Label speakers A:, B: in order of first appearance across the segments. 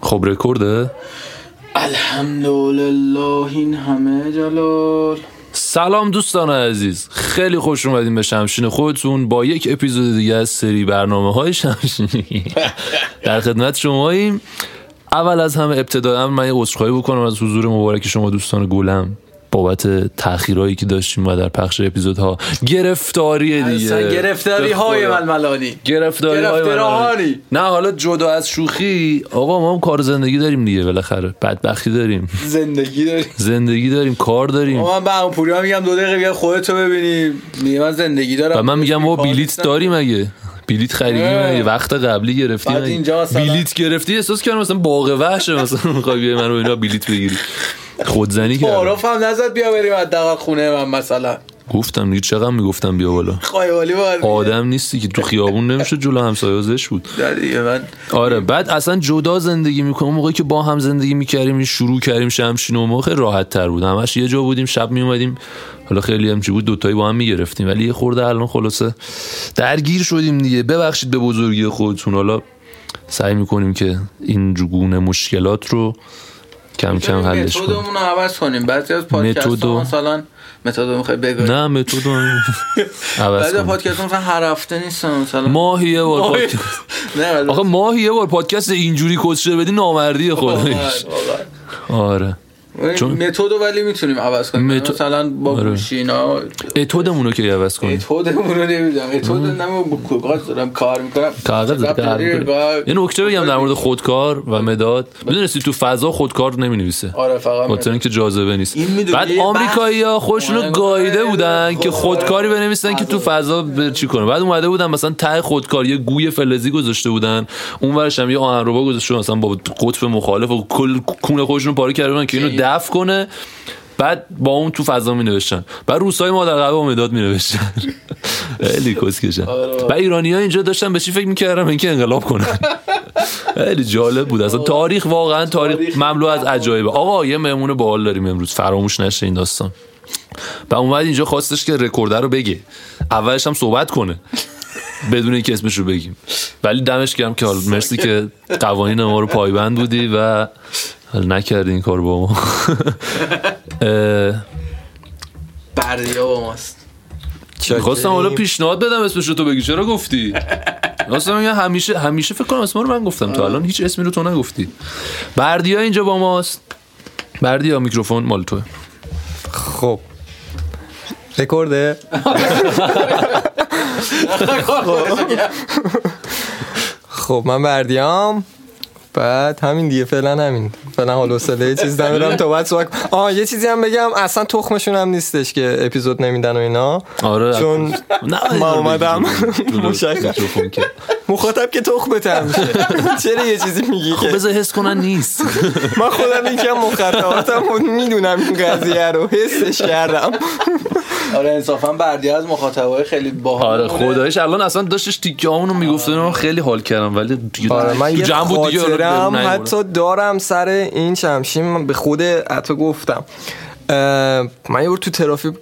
A: خب رکورده
B: الحمدلله این همه جلال
A: سلام دوستان عزیز خیلی خوش اومدین به شمشین خودتون با یک اپیزود دیگه از سری برنامه های شمشینی در خدمت شماییم اول از همه ابتدا من یه عذرخواهی بکنم از حضور مبارک شما دوستان گلم بابت تاخیرایی که داشتیم و در پخش اپیزودها گرفتاری
B: اصلا
A: دیگه
B: گرفتاری
A: به
B: های
A: خدا.
B: ململانی
A: گرفتاری های
B: گرفتاری
A: منابع.
B: هانی.
A: نه حالا جدا از شوخی آقا ما هم کار و زندگی داریم دیگه بالاخره بدبختی داریم
B: زندگی داری
A: زندگی داریم کار داریم
B: ما من به همون پوریا میگم دو دقیقه بیا خودتو ببینیم میگه من زندگی دارم آره.
A: و من میگم ما
B: کار
A: بلیت
B: نیستم.
A: داریم اگه بلیت خریدی
B: اه.
A: مگه وقت قبلی گرفتی
B: بعد
A: مگه؟
B: اینجا مثلا-
A: بلیت گرفتی احساس کردم مثلا باغ وحشه مثلا میخوای بیای منو اینا بلیت بگیری خودزنی کردم
B: تعارف هم نزد بیا بریم حداقل خونه من مثلا
A: گفتم دیگه چقدر میگفتم بیا بالا
B: خایوالی بار
A: آدم نیستی که تو خیابون نمیشه جلو همسایه زش بود
B: نه دیگه من
A: آره بعد اصلا جدا زندگی میکنم موقعی که با هم زندگی میکردیم شروع کردیم شمشین و موقع راحت تر بود همش یه جا بودیم شب میومدیم حالا خیلی هم چی بود دوتایی با هم میگرفتیم ولی یه خورده الان خلاصه درگیر شدیم دیگه ببخشید به بزرگی خودتون حالا سعی میکنیم که این گونه مشکلات رو کم کم حلش کنیم
B: متدمون رو عوض کنیم بعضی از پادکست
A: متدو.
B: ها مثلا متد میخوای بگوی
A: نه متد رو عوض
B: بعضی از
A: کنیم
B: پادکست ها مثلا هر هفته نیستن مثلا
A: ماهی یه بار
B: ماهی.
A: پادکست-
B: نه ولی-
A: آخه ماهی یه بار پادکست اینجوری کسشه بدی نامردی خودش
B: واقعاً.
A: آره چون-
B: چون متدو ولی میتونیم عوض کنیم
A: متد-
B: مثلا با
A: آره.
B: گوشی اینا
A: اتودمون رو که عوض کنیم
B: اتودمون رو نمیدونم اتود نمو با کاغذ دارم کار میکنم
A: کاغذ یه نکته بگم در مورد خودکار و مداد میدونستی تو فضا خودکار نمی نویسه
B: آره فقط
A: خاطر اینکه جاذبه نیست
B: این میدونی
A: بعد
B: یه
A: آمریکایی ها
B: بحث
A: خودشون رو
B: مهم.
A: گاییده بودن
B: آره. خب،
A: که خودکاری
B: آره.
A: بنویسن که تو فضا به چی کنه بعد اومده بودن مثلا ته خودکار یه گوی فلزی گذاشته بودن اون ورش هم یه آهنربا گذاشته بودن مثلا با قطب مخالف و کل کونه خودشون رو پاره کرده بودن که اینو دفع کنه بعد با اون تو فضا می نوشتن بعد روسای ما در قبه مداد می نوشتن خیلی کسکشن
B: آره.
A: و ایرانی ها اینجا داشتن به چی فکر میکردم اینکه انقلاب کنن خیلی جالب بود
B: آره.
A: اصلا تاریخ واقعا تاریخ مملو از عجایبه آقا یه مهمون باحال داریم امروز فراموش نشه این داستان و اومد اینجا خواستش که رکورده رو بگه اولش هم صحبت کنه بدون اینکه اسمش رو بگیم ولی دمش گرم که حالا مرسی که قوانین ما رو پایبند بودی و حالا نکردی این کار با ما اه،
B: بردیا با ماست
A: میخواستم حالا پیشنهاد بدم اسمش رو تو بگی چرا گفتی راستم میگم همیشه همیشه فکر کنم اسم رو من گفتم تا الان هیچ اسمی رو تو نگفتی بردیا اینجا با ماست بردیا میکروفون مال توه
C: خب رکورده خب من بردیام بعد همین دیگه فعلا همین فعلا حال و حوصله چیز ندارم تا بعد صحبت کنم. آه یه چیزی هم بگم اصلا تخمشون هم نیستش که اپیزود نمیدن و اینا
A: آره
C: چون
A: نه
C: ما اومدم.
A: جلو
C: مشخص.
A: میکروفون که
C: مخاطب که تخمت هم میشه چرا یه چیزی میگی
A: خب
C: که
A: بذار حس کنن نیست
C: من خودم یکم مخاطباتم بود میدونم این قضیه رو حسش کردم
B: آره انصافا بردیا از مخاطبای خیلی باحال
A: آره خدایش الان اصلا داشتش تیکه رو میگفت من خیلی حال کردم ولی دیگه
C: آره من
A: تو
C: یه
A: جمع بود دیگه
C: خاطرم
A: حالا نیومدم.
C: حتی دارم سر این شمشین من به خود عطا گفتم اه، من یه بار تو ترافیک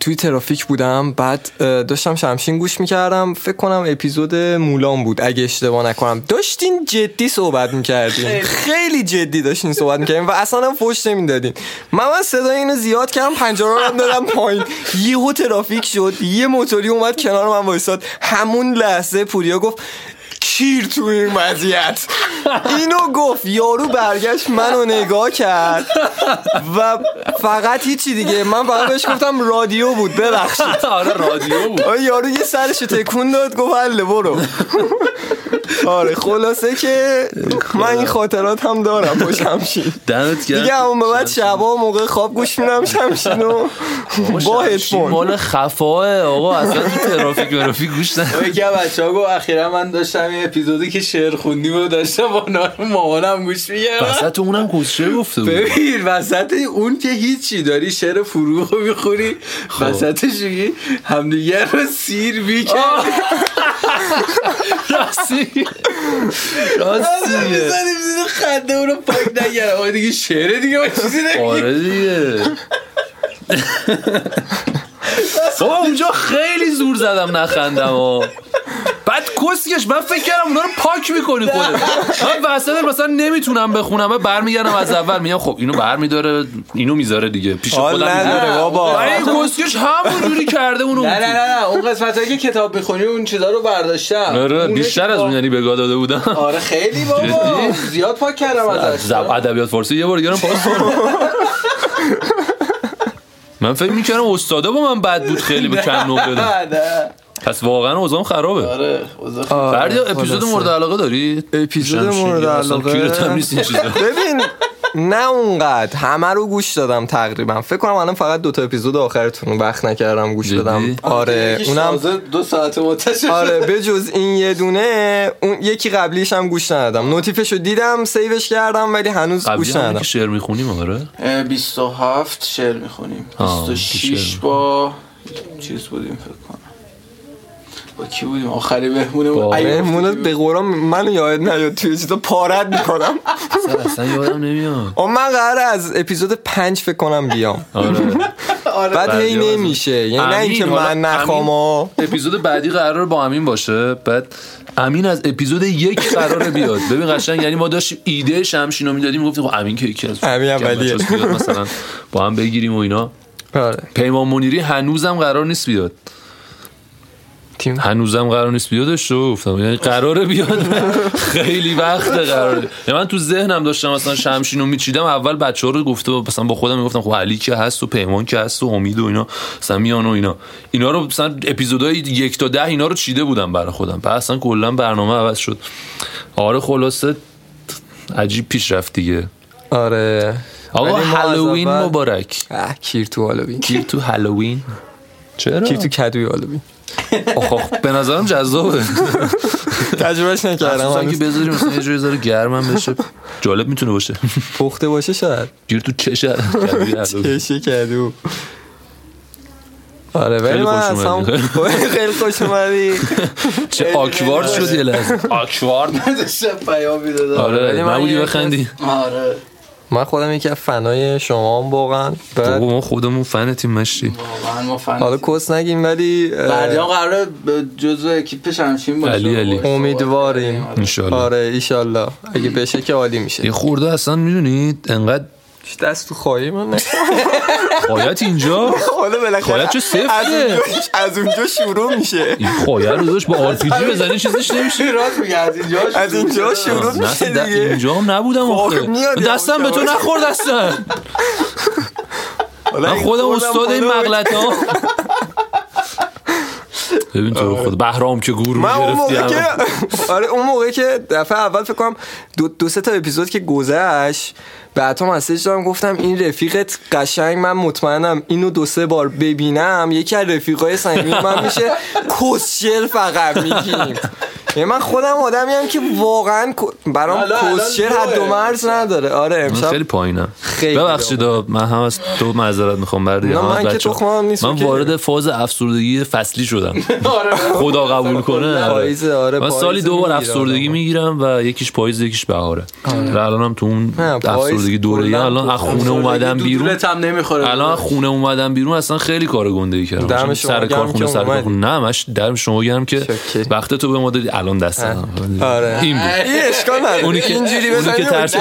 C: توی ترافیک بودم بعد اه، داشتم شمشین گوش میکردم فکر کنم اپیزود مولان بود اگه اشتباه نکنم داشتین جدی صحبت میکردین خیلی جدی داشتین صحبت میکردین و اصلا هم فوش نمیدادین من من صدای اینو زیاد کردم پنجره رو هم دادم پایین یهو ترافیک شد یه موتوری اومد کنار من وایساد همون لحظه پوریا گفت کیر تو این وضعیت اینو گفت یارو برگشت منو نگاه کرد و فقط هیچی دیگه من فقط بهش گفتم رادیو بود ببخشید
A: آره رادیو بود
C: آره یارو یه سرشو تکون داد گفت حله برو آره خلاصه که من این خاطرات هم دارم با شمشین
A: دمت گرم
C: دیگه همون به بعد شبا موقع خواب گوش میدم شمشین رو با
A: شمشیر
C: هدفون
A: مال خفاه آقا اصلا تو ترافیک برافیک گوش نه
B: یکی از بچه ها گفت اخیرا من داشتم یه اپیزودی که شعر خوندیم رو داشتم با نار مامانم گوش میگردم
A: وسط اونم کوچه گفته بود
B: ببین وسط اون که هیچی داری شعر فروغ رو میخوری
A: خب.
B: وسطش میگی همدیگه رو سیر میکنیم
A: راستی راستیه
B: میزنیم زیر خنده اونو پاک نگرم آقا دیگه شعره دیگه با چیزی نمیگی
A: آره دیگه بابا اونجا خیلی زور زدم نخندم ها بعد کسکش من فکر کردم اونا رو پاک میکنی خودت من وسط مثلا نمیتونم بخونم من برمیگردم از اول میگم خب اینو برمیداره اینو میذاره دیگه پیش خودم
C: حال نداره
A: میذاره.
C: بابا
A: ولی این کسکش همونجوری کرده اونو
B: نه نه نه نه اون قسمت هایی که کتاب میخونی اون چیزا رو برداشتم
A: آره،
B: اونه
A: بیشتر
B: که
A: از
B: با-
A: اون یعنی بگاه داده بودم
B: آره خیلی بابا
A: جدی؟
B: زیاد پاک کردم ازش
A: زب- ادبیات فارسی یه بار دیگه رو پاس کن. من فکر میکردم استادا با من بد بود خیلی به کم نوع بده
B: آره. نه نه
A: پس واقعا اوضاعم خرابه
B: آره اوضاع خیلی-
C: آره،
A: بردیا اپیزود
C: خلاصه.
A: مورد علاقه داری
C: اپیزود
A: میشم
C: مورد
A: شنیدی؟ اصلا
C: علاقه.
A: گیرت هم نیست این چیزا
C: ببین نه اونقدر همه رو گوش دادم تقریبا فکر کنم الان فقط دوتا اپیزود آخرتون رو وقت نکردم گوش
A: جدی؟
C: دادم
B: آره،
C: آره
B: یکیش
C: اونم
B: تازه دو ساعت منتشر
C: آره
B: شده.
C: به جز این یه دونه اون یکی قبلیش هم گوش ندادم نوتیفش رو دیدم سیوش کردم ولی هنوز
A: قبلی
C: گوش
A: هم
C: ندادم
A: که شعر میخونیم آره
B: اه، 27 شعر میخونیم
A: آه،
B: 26
A: شعر.
B: با چیز بودیم فکر کنم با کی بودیم آخری
A: با
B: بهمونمون ایوب
C: مونت
B: بودیم.
C: به قرآن من یاد نیاد توی چیزا پارت میکنم
A: اصلا یادم نمیاد
C: اما من قرار از اپیزود پنج فکر کنم بیام
A: آره
C: بعد هی
A: بردیا بزن.
C: نمیشه یعنی نه
A: امین،
C: اینکه
A: حالا
C: من نخوام و-
A: اپیزود بعدی قرار با امین باشه بعد امین از اپیزود یک قرار بیاد ببین قشنگ یعنی ما داشتیم ایده شمشین رو میدادیم میگفتیم خب امین که یکی از
C: امین هم
A: یکی از
C: ولیه.
A: بچه‌هاست بیاد مثلا با هم بگیریم و اینا
C: آره
A: پیمان منیری هنوزم قرار نیست بیاد
C: تیم
A: هنوزم قرار نیست بیادش رو گفتم یعنی قراره بیاد خیلی وقت قراره یعنی من تو ذهنم داشتم مثلا شمشین رو میچیدم اول بچه ها رو گفته مثلا با خودم میگفتم خب علی که هست و پیمان که هست و امید و اینا مثلا میان و اینا اینا رو مثلا اپیزودهای یک تا ده اینا رو چیده بودم برای خودم پس اصلا کلا برنامه عوض شد آره خلاصه عجیب پیش رفت دیگه
C: آره
A: آقا
C: ولی ما از
A: هالووین
C: اول-
A: مبارک
C: اه، کیر تو هالووین
A: گیر تو هالووین چرا؟
C: کیر تو کدوی هالووین
A: آخ، آخ، به نظرم جذابه
C: تجربهش نکردم
A: مخصوصا که
C: هنوز.
A: بذاری مثلا یه جوری ذره گرمم بشه جالب میتونه باشه
C: پخته باشه شاید
A: گیر تو چشه
C: کشه کدو آره ولی
A: خیلی
C: من
A: خوش
C: اصلا
A: اومدی.
C: خیلی خوش اومدی
A: چه آکوارد شد یه لحظه آکوارد
B: داشتم پیام میدادم
A: آره
C: ولی من
A: معمولی
C: یه
A: بخندی
B: آره
C: من خودم یکی از فنای شما هم واقعا بعد-
A: بابا ما خودمون فن تیم مشتی
B: واقعا ما فن
C: حالا کس نگیم ولی اه،
B: بردیان قراره به جزو اکیپ شمشین باشه
A: علی، علی.
C: امیدواریم.
A: انشالله
C: آره ایشالله اگه بشه که عالی میشه
A: یه خورده اصلا میدونید انقدر
C: دست تو خواهی من نه.
A: خایت اینجا
C: حالا بالاخره
A: حالا چه سفته؟
C: از اونجا, از اونجا شروع میشه
A: این خایه رو داشت با آرپیجی بزنی چیزش نمیشه
B: چی راست میگه از اینجا شروع
C: از اینجا
B: شده.
C: شروع
A: نه
C: میشه
A: اصلا
C: دیگه
A: اینجا هم نبودم آخه
C: خب، میاد یه
A: دستم به تو
C: آبشار.
A: نخورد اصلا
C: حالا
A: من
C: این
A: خودم
C: خودم
A: استاد این
C: خودم-
A: مغلطه ها ببین تو رو خود بهرام که گور
C: آره. من اون
A: گرفتی
C: موقع که آره اون موقع که دفعه اول فکر کنم دو, دو سه تا اپیزود که گذشت به عطا مسیج دادم گفتم این رفیقت قشنگ من مطمئنم اینو دو سه بار ببینم یکی از رفیقای سنگین من میشه کسشل فقط میگیم یعنی من خودم آدمی هم که واقعا ک- برام
B: حالا الان
C: کسشل
B: دوه.
C: حد و مرز نداره آره
A: من
C: امشب
A: خیلی پایینم
C: خیلی
A: ببخشید آه، من هم از تو معذرت میخوام بردی
C: نه،
A: هم از
C: من که
A: بچه‌ها.
C: تخمم نیست،
A: من
C: اوکی.
A: وارد فاز افسردگی فصلی شدم
B: آره
A: خدا قبول کنه
C: پاییزه، آره،
A: من
C: پاییز آره.
A: سالی دو بار
C: میگیره
A: افسردگی
C: آدمو.
A: میگیرم و یکیش پاییز یکیش بهاره و الانم تو اون
C: آره. نه، پاییز
A: افسردگی دوره
C: کلاً
A: الان
C: تو
A: از خونه اومدم بیرون
B: هم نمیخوره
A: الان از خونه اومدم بیرون اصلا خیلی کار گنده ای کردم
C: دم
A: چون
C: شما
A: سر
C: گرم
A: کار خونه
C: که
A: سر کار
C: اومدی.
A: خونه نه مش درم شما گرم که
C: شکر.
A: وقت تو به ما دادی الان دست دادم.
C: آره.
A: این بود
C: این اشکال نداره
A: اونی که
C: اینجوری
A: اونی که
C: بزنی
A: ترس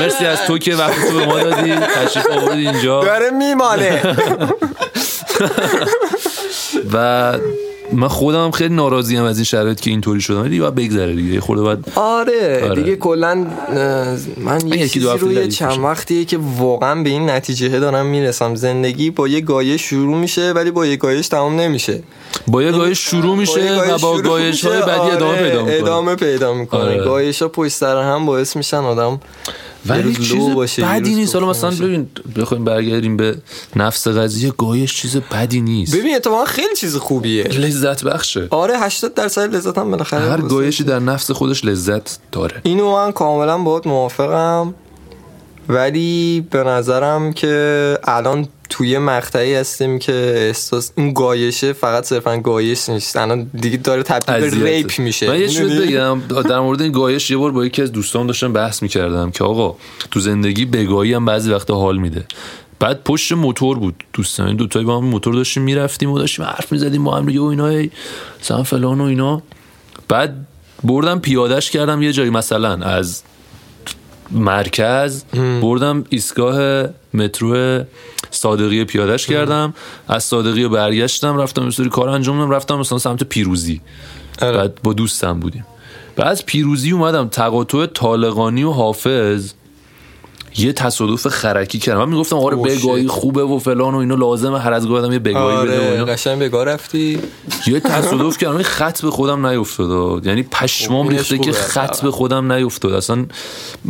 A: مرسی از تو که وقت تو به ما دادی تشریف آوردی اینجا
C: داره میماله
A: و من خودم هم خیلی ناراضی از این شرایط که اینطوری شدم ولی باید بگذره دیگه یه خورده باید
C: آره,
A: آره.
C: دیگه کلا اه، من یه
A: یکی
C: چیزی
A: دو هفته
C: رو یه
A: ضعیف
C: چند
A: میشه.
C: وقتیه که واقعا به این نتیجه دارم میرسم زندگی با یه گایش شروع میشه ولی با یه گایش تمام نمیشه
A: با یه گایش شروع
C: با یه
A: میشه
C: گایش
A: و با
C: شروع
A: گایش های
C: میشه،
A: بعدی ادامه
C: آره،
A: پیدا میکنه
C: ادامه پیدا میکنه
A: آره.
C: گایش ها پشت سر هم باعث میشن آدم یه
A: ولی
C: روز
A: چیز
C: لو باشه، یه
A: بدی
C: روز
A: نیست حالا
C: تخم
A: مثلا
C: باشه.
A: ببین بخوایم برگردیم به نفس قضیه گایش چیز بدی نیست
C: ببین اتفاقا خیلی چیز خوبیه
A: لذت بخشه
C: آره 80 درصد لذت هم بالاخره
A: هر
C: آره، واسه-
A: گایشی در نفس خودش لذت داره
C: اینو من کاملا باهات موافقم ولی به نظرم که الان توی مقطعی هستیم که احساس اون گایشه فقط صرفا گایش نیست الان دیگه داره تبدیل به
A: اذیته.
C: ریپ میشه یعنی
A: من یه چیز
C: می‌دونی؟
A: بگم در مورد این گایش یه بار با یکی از دوستان داشتم بحث میکردم که آقا تو زندگی بگاهی هم بعضی وقتا حال میده بعد پشت موتور بود دوستان یعنی این دوتایی با هم موتور داشتیم میرفتیم و داشتیم حرف میزدیم با هم دیگه و اینا هی، مثلا فلان و اینا بعد بردم پیادش کردم یه جایی مثلا از مرکز بردم ایستگاه مترو صادقیه پیادش کردم از صادقیه برگشتم رفتم یه سری کار انجام دادم رفتم مثلا سمت پیروزی
C: آره.
A: بعد با دوستم بودیم بعد از پیروزی اومدم تقاطع طالقانی و حافظ یه تصادف خرکی کردم من میگفتم آره
C: اوه،
A: بگاهی
C: شit.
A: خوبه و فلان و اینا لازمه هر از گاهی آدم یه بگاهی بده و
C: آره
A: اینا.
C: قشنگ بگاه رفتی
A: یه تصادف که الان خط به خودم نیفتاد یعنی پشمام
C: خب، اینش
A: ریخته که
C: خوبه.
A: خط به خودم نیفتاد اصلا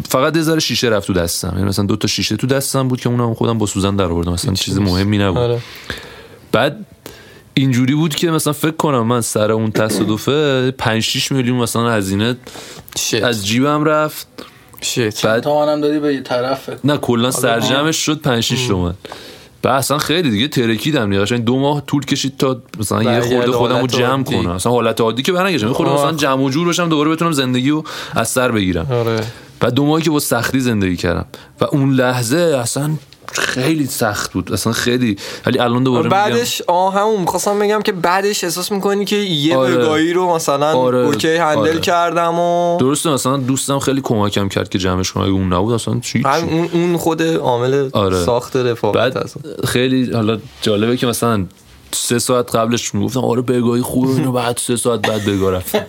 A: فقط یه ذره شیشه رفت تو دستم یعنی مثلا دو تا شیشه تو دستم بود که اونم خودم با سوزن در آوردم اصلا چیز مهمی نبود
C: آره
A: بعد اینجوری بود که مثلا فکر کنم من سر اون تصادفه 5 6 میلیون مثلا هزینه
C: شیت
A: از جیبم رفت
C: شیت
A: بعد
B: تا منم دادی به یه طرف
A: نه کلا سرجمش شد 5 6 تومن و اصلا خیلی دیگه ترکیدم دیگه قشنگ دو ماه طول کشید تا مثلا یه
C: برگرده
A: خورده خودم رو
C: حالت
A: جمع
C: عادی.
A: کنم اصلا حالت عادی که برنگشم خودم
C: آه.
A: مثلا جمع و جور بشم دوباره بتونم زندگی رو از سر بگیرم
C: آره
A: و دو ماهی که با سختی زندگی کردم و اون لحظه اصلا خیلی سخت بود اصلا خیلی ولی الان دوباره میگم
C: بعدش آه همون میخواستم بگم که بعدش احساس میکنی که یه
A: آره.
C: بگاهی رو مثلا
A: آره.
C: اوکی هندل
A: آره.
C: کردم و
A: درسته مثلا دوستم خیلی کمکم کرد که جمعش کنم اگه اون نبود اصلا چی
C: هم اون اون خود عامل
A: آره.
C: ساخت رفاقت
A: بعد
C: هست
A: خیلی حالا جالبه که مثلا سه ساعت قبلش میگفتم آره بگاهی خوبه اینو بعد سه ساعت بعد بگاه رفتم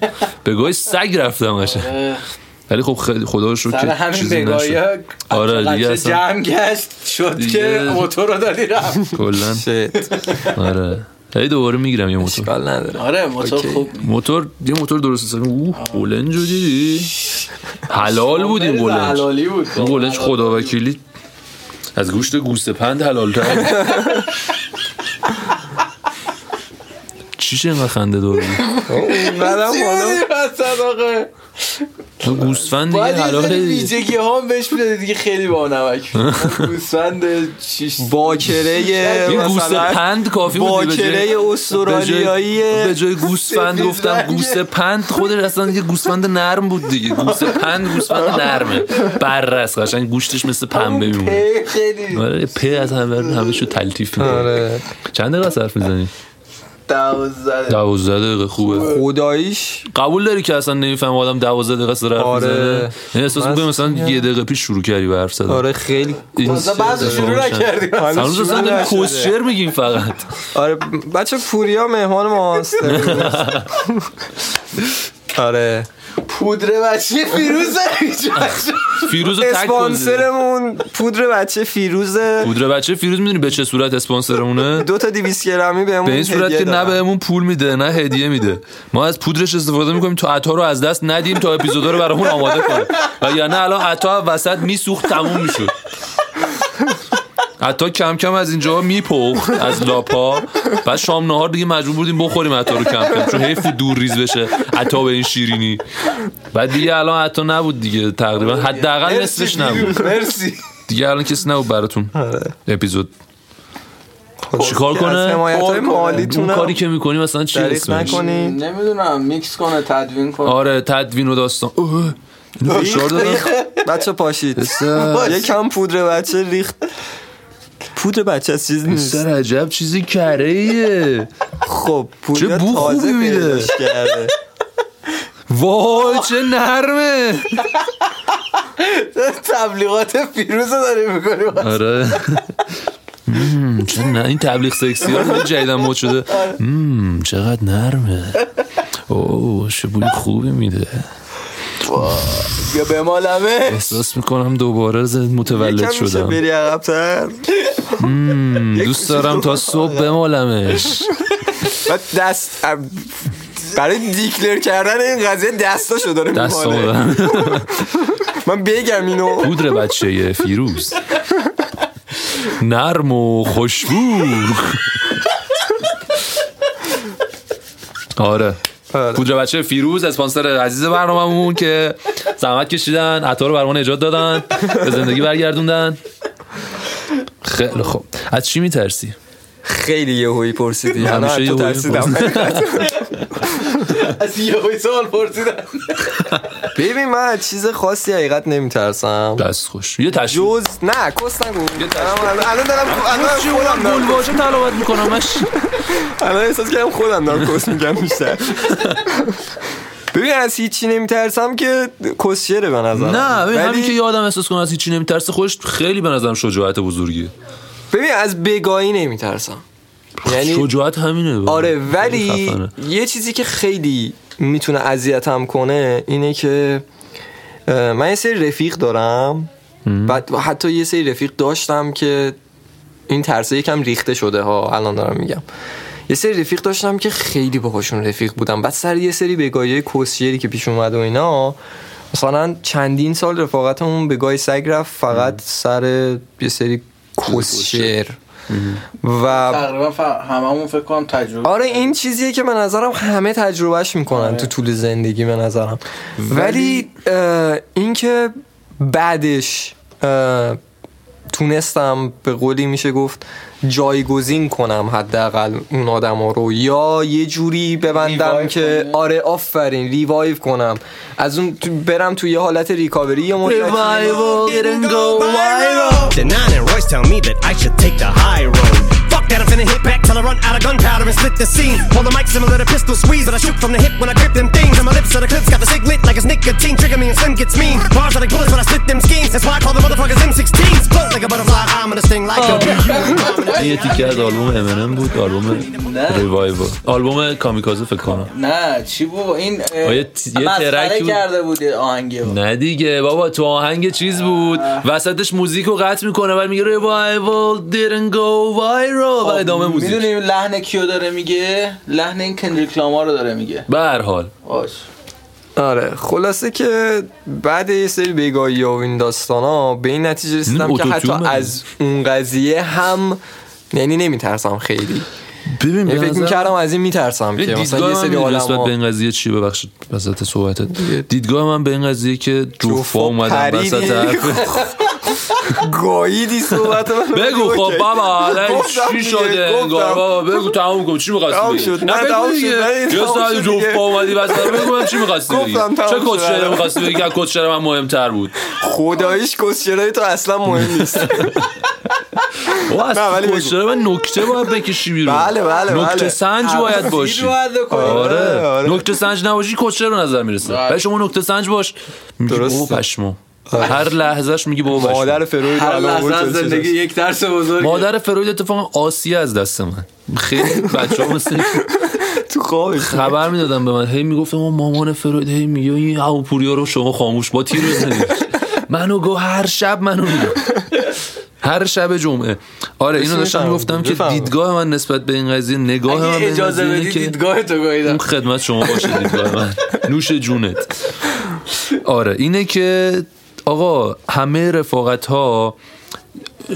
A: بگاهی سگ رفتم قشنگ ولی خب خیلی خدا رو شکر
B: سر
A: که
B: همین
A: چیزی
B: بگاهی
A: نشد آره،
B: آره
A: دیگه
B: دیگه
A: اصلا-
B: جمع گشت شد
A: دیگه-
B: که موتور رو دادی رفت
A: کلا
C: شیت
A: آره هی دوباره میگیرم یه موتور
C: اشکال نداره
B: آره موتور
C: اوکی.
B: خوب
A: موتور یه موتور درست حسابی اوه قولنج رو دیدی حلال بود این
B: خیلی
A: قولنج
B: آره، حلالی بود
A: این قولنج خدا وکیلی از گوشت گوسه پند حلال تر چی چه اینقدر خنده داره
C: بعدم حالا
B: اصلا آقا
A: گوسفند دیگه
B: باید یه سری
A: حلاله
B: ویژگی ها هم بهش میده دیگه خیلی با نمک گوسفند شیش
C: باکره
A: این گوسه
C: مثلا
A: پند کافی بود دیگه به جای-
C: باکره استرالیایی
A: به جای- به جای گوسفند
B: سفید
A: گفتم
B: رنگه.
A: گوسه پند خودش اصلا یه گوسفند نرم بود دیگه گوسه پند گوسفند نرمه بررس قشنگ گوشتش مثل پنبه میمونه
B: ای خیلی
A: آره په از همه همه شو تلتیف می‌کنه.
C: آره
A: چند دقیقه صرف میزنی؟
B: دوزده
A: دوازده دقیقه خوبه
C: خداییش
A: قبول داری که اصلا نمیفهم آدم دوازده دقیقه صرف
C: آره.
A: میزنه یعنی احساس
C: من
A: میکنی مثلا
C: اصلا-
A: یه دقیقه پیش شروع کردی به حرف زدن
C: آره خیلی
A: این
B: مثلا
A: سه
B: بعضی
A: دقیقه
B: شروع
A: روشن.
B: نکردیم
A: هنوز اصلا داریم
C: شروع نشده.
A: کسچر میگیم فقط
C: آره بچه پوریا مهمان ماست آره
B: پودر بچه فیروزه
A: فیروز رو تک کنید.
C: اسپانسرمون پودر بچه فیروزه
A: پودر بچه فیروز میدونی به چه صورت اسپانسرمونه
C: دو تا 200 گرمی بهمون
A: به این صورت
C: هدیه
A: که نه
C: دادن.
A: بهمون پول میده نه هدیه میده ما از پودرش استفاده میکنیم تا عطا رو از دست ندیم تا اپیزودا رو برامون آماده کنه و یا نه الان عطا وسط میسوخت تموم میشد عطا کم کم از اینجا میپخت از لاپا بعد شام نهار دیگه مجبور بودیم بخوریم عطا رو کم کم چون حیف بود دور ریز بشه عطا به این شیرینی بعد دیگه الان عطا نبود دیگه تقریبا
C: آره
A: حداقل نصفش نبود
B: مرسی
A: دیگه الان کسی نبود براتون
C: آره.
A: اپیزود
C: خب،
A: چیکار
C: که
A: کنه؟
C: از حمایت
B: کار
C: های
B: کنه.
A: اون
C: مالیتون
A: کاری که میکنی مثلا چی
C: دریغ
A: اسمش
C: نکنید
B: نمیدونم میکس کنه تدوین کنه
A: آره تدوین و داستان اوه، اینو فشار دادن.
C: بچه پاشید
A: سر-
C: یه کم پودر بچه ریخت پودر بچه از چیز نیست
A: سر عجب چیزی کره ایه
C: خب پودر
A: چه بو
C: تازه
A: خوبی میده.
C: پیداش کرده
A: وای چه نرمه
B: تبلیغات فیروزه داره میکنه
A: آره مم، چه نه این تبلیغ سکسی ها خیلی جدیدن مد شده مم، چقدر نرمه اوه چه بوی خوبی میده
B: یا به مالمه
A: احساس میکنم دوباره زد- متولد
C: یکم میشه
A: شدم
C: بری عقبتر
A: دوست دارم تا صبح بمالمش
C: بعد دست برای دیکلر کردن این قضیه دستاشو داره
A: دست
C: میکنه
A: آدم.
C: من بگم اینو
A: پودر بچه فیروز نرم و خوشبو آره
C: آره.
A: پودر بچه فیروز اسپانسر عزیز برنامه‌مون که زحمت کشیدن عطا رو برمان ایجاد دادن به زندگی برگردوندن خیلی خوب از چی میترسی؟
C: خیلی یهویی پرسیدی
A: همیشه
C: الان از تو
A: یهویی
C: ترسیدم
B: از یه های سوال پرسیدن
C: ببین من از چیز خاصی حقیقت نمیترسم
A: دست خوش یه تشویق
C: جز نه کس نگو
A: تشویق.
C: الان الان دارم الان خودم
A: گل
C: دارم
A: واژه تلاوت میکنم
C: الان احساس کردم خودم دارم کس میگم بیشتر ببین از هیچی نمیترسم که کسیره به نظر
A: نه ببین همین که یادم احساس کنه از هیچی نمیترسه خودش خیلی به نظرم شجاعت بزرگیه
C: ببین از بگاهی نمیترسم یعنی
A: شجاعت همینه بابا.
C: آره
A: خیلی
C: ولی
A: خفنه.
C: یه چیزی که خیلی میتونه اذیتم کنه اینه که اه، من یه سری رفیق دارم و حتی یه سری رفیق داشتم که این ترسه یکم ریخته شده ها الان دارم میگم یه سری رفیق داشتم که خیلی باهاشون رفیق بودم بعد سر یه سری بگاهی کسیری که پیش اومد و اینا مثلا چندین سال رفاقتمون بگاهی سگ رفت فقط سر یه سری کسشر و
B: تقریبا ف... هممون فکر کنم تجربه
C: آره این چیزیه که به نظرم همه تجربهش میکنن تو طول زندگی به نظرم ولی اه، اینکه بعدش اه، تونستم به قولی میشه گفت جایگزین کنم حداقل اون آدم رو یا یه جوری ببندم
B: ریوایو
C: که
B: کنی؟
C: آره آفرین ریوایو کنم از اون تو- برم تو یه حالت ریکاوری یا
A: Revival, it and go viral.
D: Denon and Royce tell me that I should take the high road. Fuck that, I'm finna hit back till I run out of gunpowder and split the scene. Hold the mic similar to pistol squeeze, but I shoot from the hip when I grip them things. And my lips are the clips, got the cig lit like it's nicotine. Trigger me and Slim gets mean. Bars are like bullets when I spit them schemes. That's why I call the motherfuckers M16s. Float like a butterfly, I'm gonna sting like a
A: این یه تیکه از آلبوم امنم بود آلبوم ریوایو آلبوم کامیکازه فکر کنم
B: نه چی بابا این اه،
A: آه، یه ت- یه
B: مسخره
A: ترک بود.
B: کرده بود آهنگه بود.
A: نه دیگه بابا تو آهنگ چیز بود وسطش موزیک رو قطع میکنه بعد میگه revival didn't go viral و ادامه موزیک
B: میدونیم لحن کیو داره میگه لحن این کندریک لامار رو داره میگه
A: به هر حال
B: باش
C: آره خلاصه که بعد یه سری بگاهی و این داستان ها به این نتیجه رسیدم
A: این
C: که حتی
A: اتوتیومه.
C: از اون قضیه هم یعنی نمیترسم خیلی
A: ببین
C: یعنی فکر میکردم از این میترسم که مثلا
A: دیدگاه
C: یه
A: من
C: سری
A: می‌دونی
C: آدم
A: نسبت
C: ها
A: به این قضیه چی ببخشید وسط صحبتت دیدگاه من به این قضیه که جوفا
C: جوفا
A: اومدن
C: پریدی.
A: وسط حرف
C: گاییدی صحبت من
A: بگو خب
C: اوکی.
A: بابا الان
C: گفتم
A: چی
C: دیگه،
A: شده
C: گفتم.
A: انگار بابا بگو تموم کن چی
C: تموم
A: می‌خواستی بگی
C: شد.
A: نه
C: نه، تموم
A: بگو
C: شد. نه،
A: دیگه یه
C: تموم
A: ساعت
C: شد
A: جوفا
C: دیگه.
A: اومدی وسط بگو من چی می‌خواستی بگی
C: گفتم
A: چه
C: تموم شد.
A: کتشره می‌خواستی بگی که کتشره من مهم‌تر بود
C: خداییش کسچرای تو اصلا مهم نیست
A: او از
C: نه، ولی بگو.
A: کشتاره و نکته باید بکشی بیرون
C: بله، بله، بله.
A: نکته سنج باید باشی
B: تفسیر باید بکنی.
A: آره.
C: آره، آره.
A: نکته سنج نباشی کشتاره به نظر میرسه
B: بله.
A: ولی شما نکته سنج باش میگی
C: درسته. آره.
A: بابا پشمو هر لحظهش میگی بابا پشمو
C: مادر فروید
B: هر
C: الان
B: لحظه از
C: بود.
B: زندگی یک درس بزرگ
A: مادر فروید اتفاقا آسیه از دست من خیلی بچه ها مثل
C: تو خوابش
A: خبر میدادم به من هی میگفتم ما مامان فروید هی میگه این هواپوریا رو شما خاموش با تیر بزنید منو گو هر شب منو میگه هر شب جمعه آره اینو داشتم
C: می‌فهمم.
A: میگفتم که
C: می‌فهمم.
A: دیدگاه من نسبت به این قضیه نگاه من به
B: اگه
A: این
B: اجازه
A: قضیه اینه
B: بدی
A: که
B: دیدگاه تو
A: اون
B: گاییدم
A: خدمت شما باشه دیدگاه من نوش جونت آره اینه که آقا همه رفاقت ها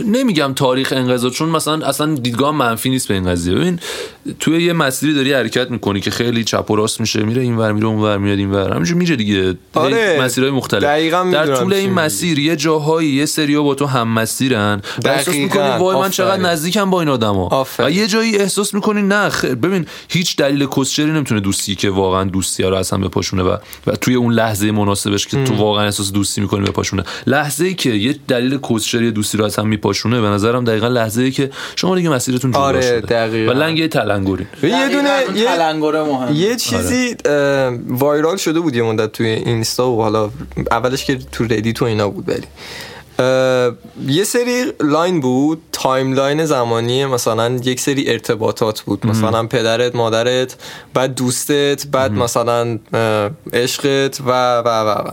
A: نمیگم تاریخ انقضا چون مثلا اصلا دیدگاه منفی نیست به این قضیه ببین توی یه مسیری داری حرکت میکنی که خیلی چپ و راست میشه میره این ور میره اون ور میاد این ور همینجور میره دیگه
C: آره.
A: هی مسیرهای مختلف
C: دقیقاً
A: در
C: می‌دونم
A: طول
C: چی
A: این
C: می‌گی.
A: مسیر یه جاهایی یه سریا با تو هم مسیرن و احساس
C: دقیقاً.
A: میکنی وای من چقدر
C: آفرین.
A: نزدیکم با این آدما
C: آفرین.
A: و یه جایی احساس میکنی نه خیر ببین هیچ دلیل کسچری نمیتونه دوستی که واقعا دوستی رو اصلا بپاشونه و و توی اون لحظه مناسبش که تو واقعا احساس دوستی میکنی بپاشونه لحظه ای که یه دلیل کسچری دوستی رو اصلا میپاشونه به نظرم دقیقا لحظه ای که شما دیگه مسیرتون جدا
C: آره،
A: شده
C: دقیقاً.
A: و لنگ تلنگری
C: یه دونه
B: دقیقاً
C: یه
B: تلنگر مهم
C: یه چیزی اه، وایرال شده بود یه مدت توی اینستا و حالا اولش که تو ردیت و اینا بود ولی اه، یه سری لاین بود تایملاین زمانی مثلا یک سری ارتباطات بود مثلا پدرت مادرت بعد دوستت بعد مثلا اه، عشقت و و و و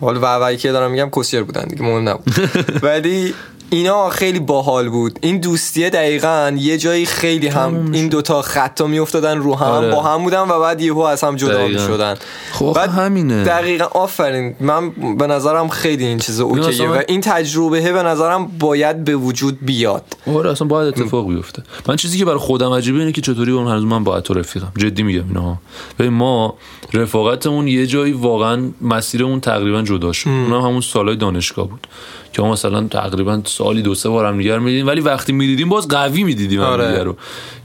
C: حالا و وایی که دارم میگم کسیر بودن دیگه مهم نبود ولی اینا خیلی باحال بود این دوستیه دقیقا یه جایی خیلی هم این دوتا خطا میافتادن رو هم
A: آره.
C: با هم بودن و بعد یهو از هم جدا
A: دقیقاً.
C: میشدن
A: خب آخه همینه.
C: دقیقا آفرین من به نظرم خیلی این چیز اوکیه
A: مثلا-
C: و این تجربه به نظرم باید به وجود بیاد
A: آره اصلا باید اتفاق بیفته من چیزی که برای خودم عجیبه اینه که چطوری اون هنوز من باید تو رفیقم جدی میگم اینا ببین ما رفاقتمون یه جایی واقعا مسیرمون تقریبا جدا شد اونم همون سالای دانشگاه بود که ما مثلا تقریبا سالی دو سه بار هم دیگر میدیدیم ولی وقتی میدیدیم باز قوی میدیدیم
C: آره.
A: آره. رو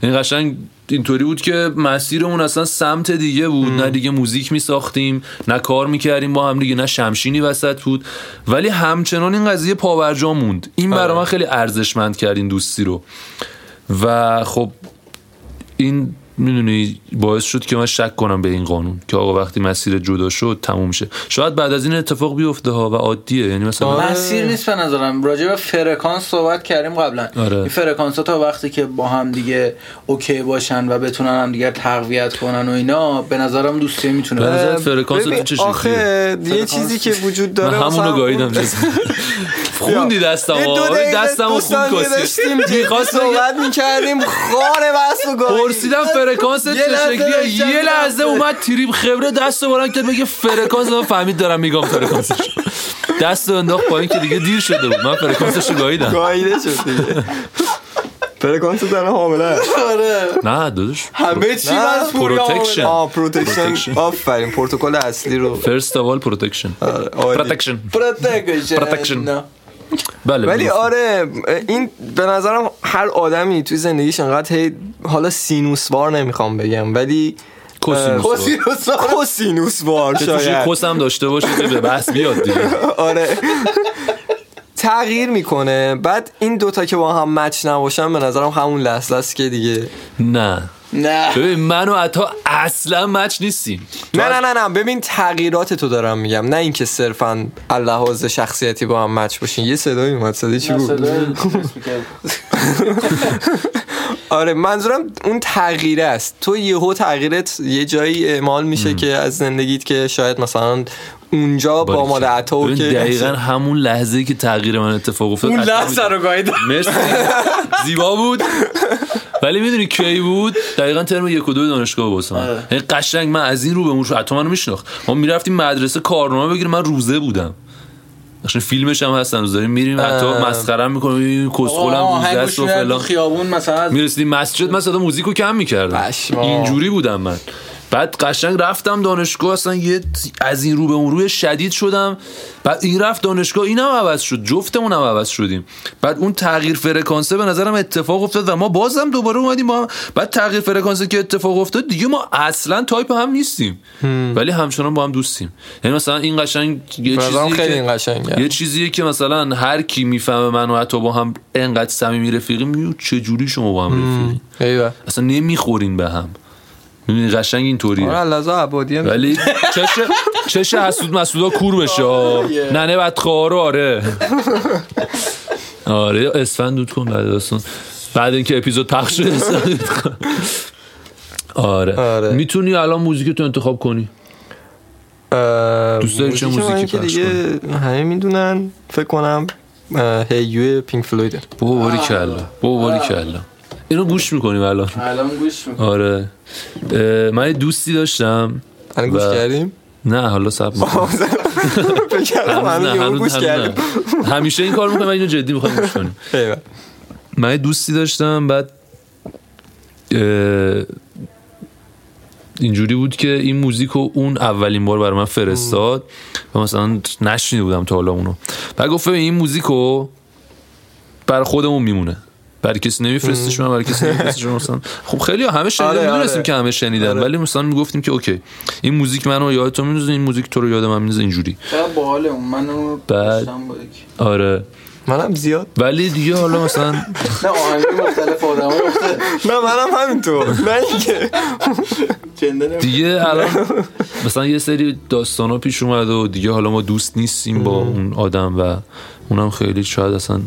A: یعنی قشنگ اینطوری بود که مسیرمون اصلا سمت دیگه بود نه دیگه موزیک می ساختیم نه کار می کردیم با هم دیگه نه شمشینی وسط بود ولی همچنان این قضیه پاورجا موند این برای من خیلی ارزشمند کرد این دوستی رو و خب این میدونی باعث شد که من شک کنم به این قانون که آقا وقتی مسیر جدا شد تموم میشه شاید بعد از این اتفاق بیفته ها و عادیه یعنی مثلا
B: مسیر نیست به نظرم راجع به فرکانس صحبت کردیم قبلا
A: آره.
B: این فرکانس ها تا وقتی که با هم دیگه اوکی باشن و بتونن هم دیگه تقویت کنن و اینا به نظرم دوستی میتونه
A: به
B: باشه.
A: نظرت فرکانس تو
C: ببین،
A: چه شکلیه؟
C: آخه یه چیزی که وجود
A: من
C: داره مثلا
A: همونو
C: اون-
A: گاییدم جز خوندی دستم
C: یه دو
A: آقا
C: دقیقه،
A: دستم خون
C: دو ثانیه داشتیم
A: کسی
C: جدی
A: میخواست
C: صحبت میکردیم خار بس و گاهی.
A: پرسیدم فرکانس چه
C: لحظه
A: شکلیه
C: داشتم
A: یه لحظه
C: رفته.
A: اومد تریب خبره دست رو بلند کرد بگه فرکانس من فهمید دارم میگم فرکانسش دست رو انداخت پایین که دیگه دیر شده بود من فرکانسش رو گاییدم
C: گاییده شد دیگه فرکانس زن حامله است.
B: آره
A: نه داداش
B: همه چی
C: نه.
B: از پوریا آمده.
A: پروتکشن.
C: آه پروتکشن
A: پروتکشن.
C: آفرین پروتکل اصلی رو
A: فرست اول پروتکشن
C: آره، عالی.
A: پروتکشن
B: پروتکشن
A: پروتکشن.
B: نه.
A: بله
C: ولی
A: بله.
C: آره این به نظرم هر آدمی توی زندگیش انقدر هی حالا سینوسوار نمیخوام بگم ولی
A: کوسینوس رو.
B: کوسینوس
C: کوسینوسوار
A: که توش یه
C: شاید
A: کس هم داشته باشه که به بحث بیاد دیگه
C: آره تغییر میکنه بعد این دوتا که با هم مچ نباشن به نظرم همون لحظه است که دیگه
A: نه
B: نه
A: ببین من و عطا اصلا مچ نیستیم
C: نه نه نه نه ببین تغییرات تو دارم میگم نه اینکه صرفا لحاظ شخصیتی با هم مچ باشین یه صدایی اومد صدای چی بود آره منظورم اون تغییره است تو یهو تغییرت یه جایی اعمال میشه که از زندگیت که شاید مثلا اونجا با مال عطا و
A: ببین
C: که
A: دقیقا همون لحظه که تغییر من اتفاق افتاد
B: اون
A: عطا
B: لحظه
A: بود.
B: رو گاییدم
A: مرسی زیبا بود ولی میدونی کی بود دقیقا ترم یک و دو دانشگاه باسم
B: آره.
A: یعنی قشنگ من از این رو به اون رو حتی منو میشناخت ما میرفتیم مدرسه کارنامه بگیریم من روزه بودم قشنگ فیلمش هم هستن روز داریم میریم حتی
C: آه.
A: مسخره میکنیم کسخولم روزه است
B: آهنگوش
A: و
B: می‌برن تو
A: فلان
B: خیابون مثلا از
A: میرسیدیم مسجد من صدا موزیک رو کم میکردم
C: پشما.
A: اینجوری بودم من بعد قشنگ رفتم دانشگاه اصلا یه از این رو به اون روی شدید شدم بعد این رفت دانشگاه اینم عوض شد جفتمون هم عوض شدیم بعد اون تغییر فرکانسه به نظرم اتفاق افتاد و ما بازم دوباره اومدیم با هم بعد تغییر فرکانسه که اتفاق افتاد دیگه ما اصلا تایپ هم نیستیم ولی همچنان با هم دوستیم یعنی مثلا این قشنگ یه
C: به نظرم
A: چیزی
C: خیلی
A: که-
C: این قشنگه
A: یه چیزیه که مثلا هر کی میفهمه من و حتی با هم انقدر صمیمی رفیقیم میگه چجوری شما با هم رفیقین
C: ایوه.
A: اصلا نمیخورین به هم میبینی قشنگ اینطوریه
C: آره لذا عبادی هم
A: ولی چش چش حسود مسودا کور بشه آه. ننه بدخوارو آره آره اسفند دود کن بعد داستان بعد اینکه اپیزود پخش شد اسفند دود کن. آره,
C: آره.
A: میتونی الان موزیک تو انتخاب کنی
C: اه،
A: دوست داری چه
C: موزیک من
A: موزیکی
C: که
A: پخش
C: دیگه همه میدونن فکر کنم هیوی پینک فلویده
A: بابا باری کلا بابا باری کلا اینو گوش میکنیم الان
B: الان گوش می‌کنم.
A: آره اه، من یه دوستی داشتم
C: الان گوش
A: و-
C: کردیم
A: نه حالا سب
C: فکر کردم الان خب، یهو گوش کردیم
A: همیشه این کار میکنم من اینو جدی میخوام گوش کنیم
C: ایوه.
A: من یه دوستی داشتم بعد اه، اینجوری بود که این موزیک رو اون اولین بار برای من فرستاد و مثلا نشنیده بودم تا حالا اونو و گفت ببین این موزیک رو بر خودمون میمونه برای کسی نمیفرستش من برای کسی نمیفرستش من مثلا خب خیلی ها همه شنیدن
C: آره، آره.
A: میدونستیم که همه شنیدن ولی مثلا میگفتیم که اوکی این موزیک منو یاد تو میندازه این موزیک تو رو یاد من میندازه اینجوری
B: چقدر باحاله اون منو
A: بعد-
B: داشتم با یکی.
A: آره
C: منم زیاد
A: ولی دیگه حالا مثلا
B: نه آهنگ مختلف آدم مختلف
C: نه منم همینطور نه اینکه
B: جنده نمی‌کنم.
A: دیگه الان مثلا یه سری داستان ها پیش اومد و دیگه حالا ما دوست نیستیم با اون آدم و اونم خیلی شاید اصلا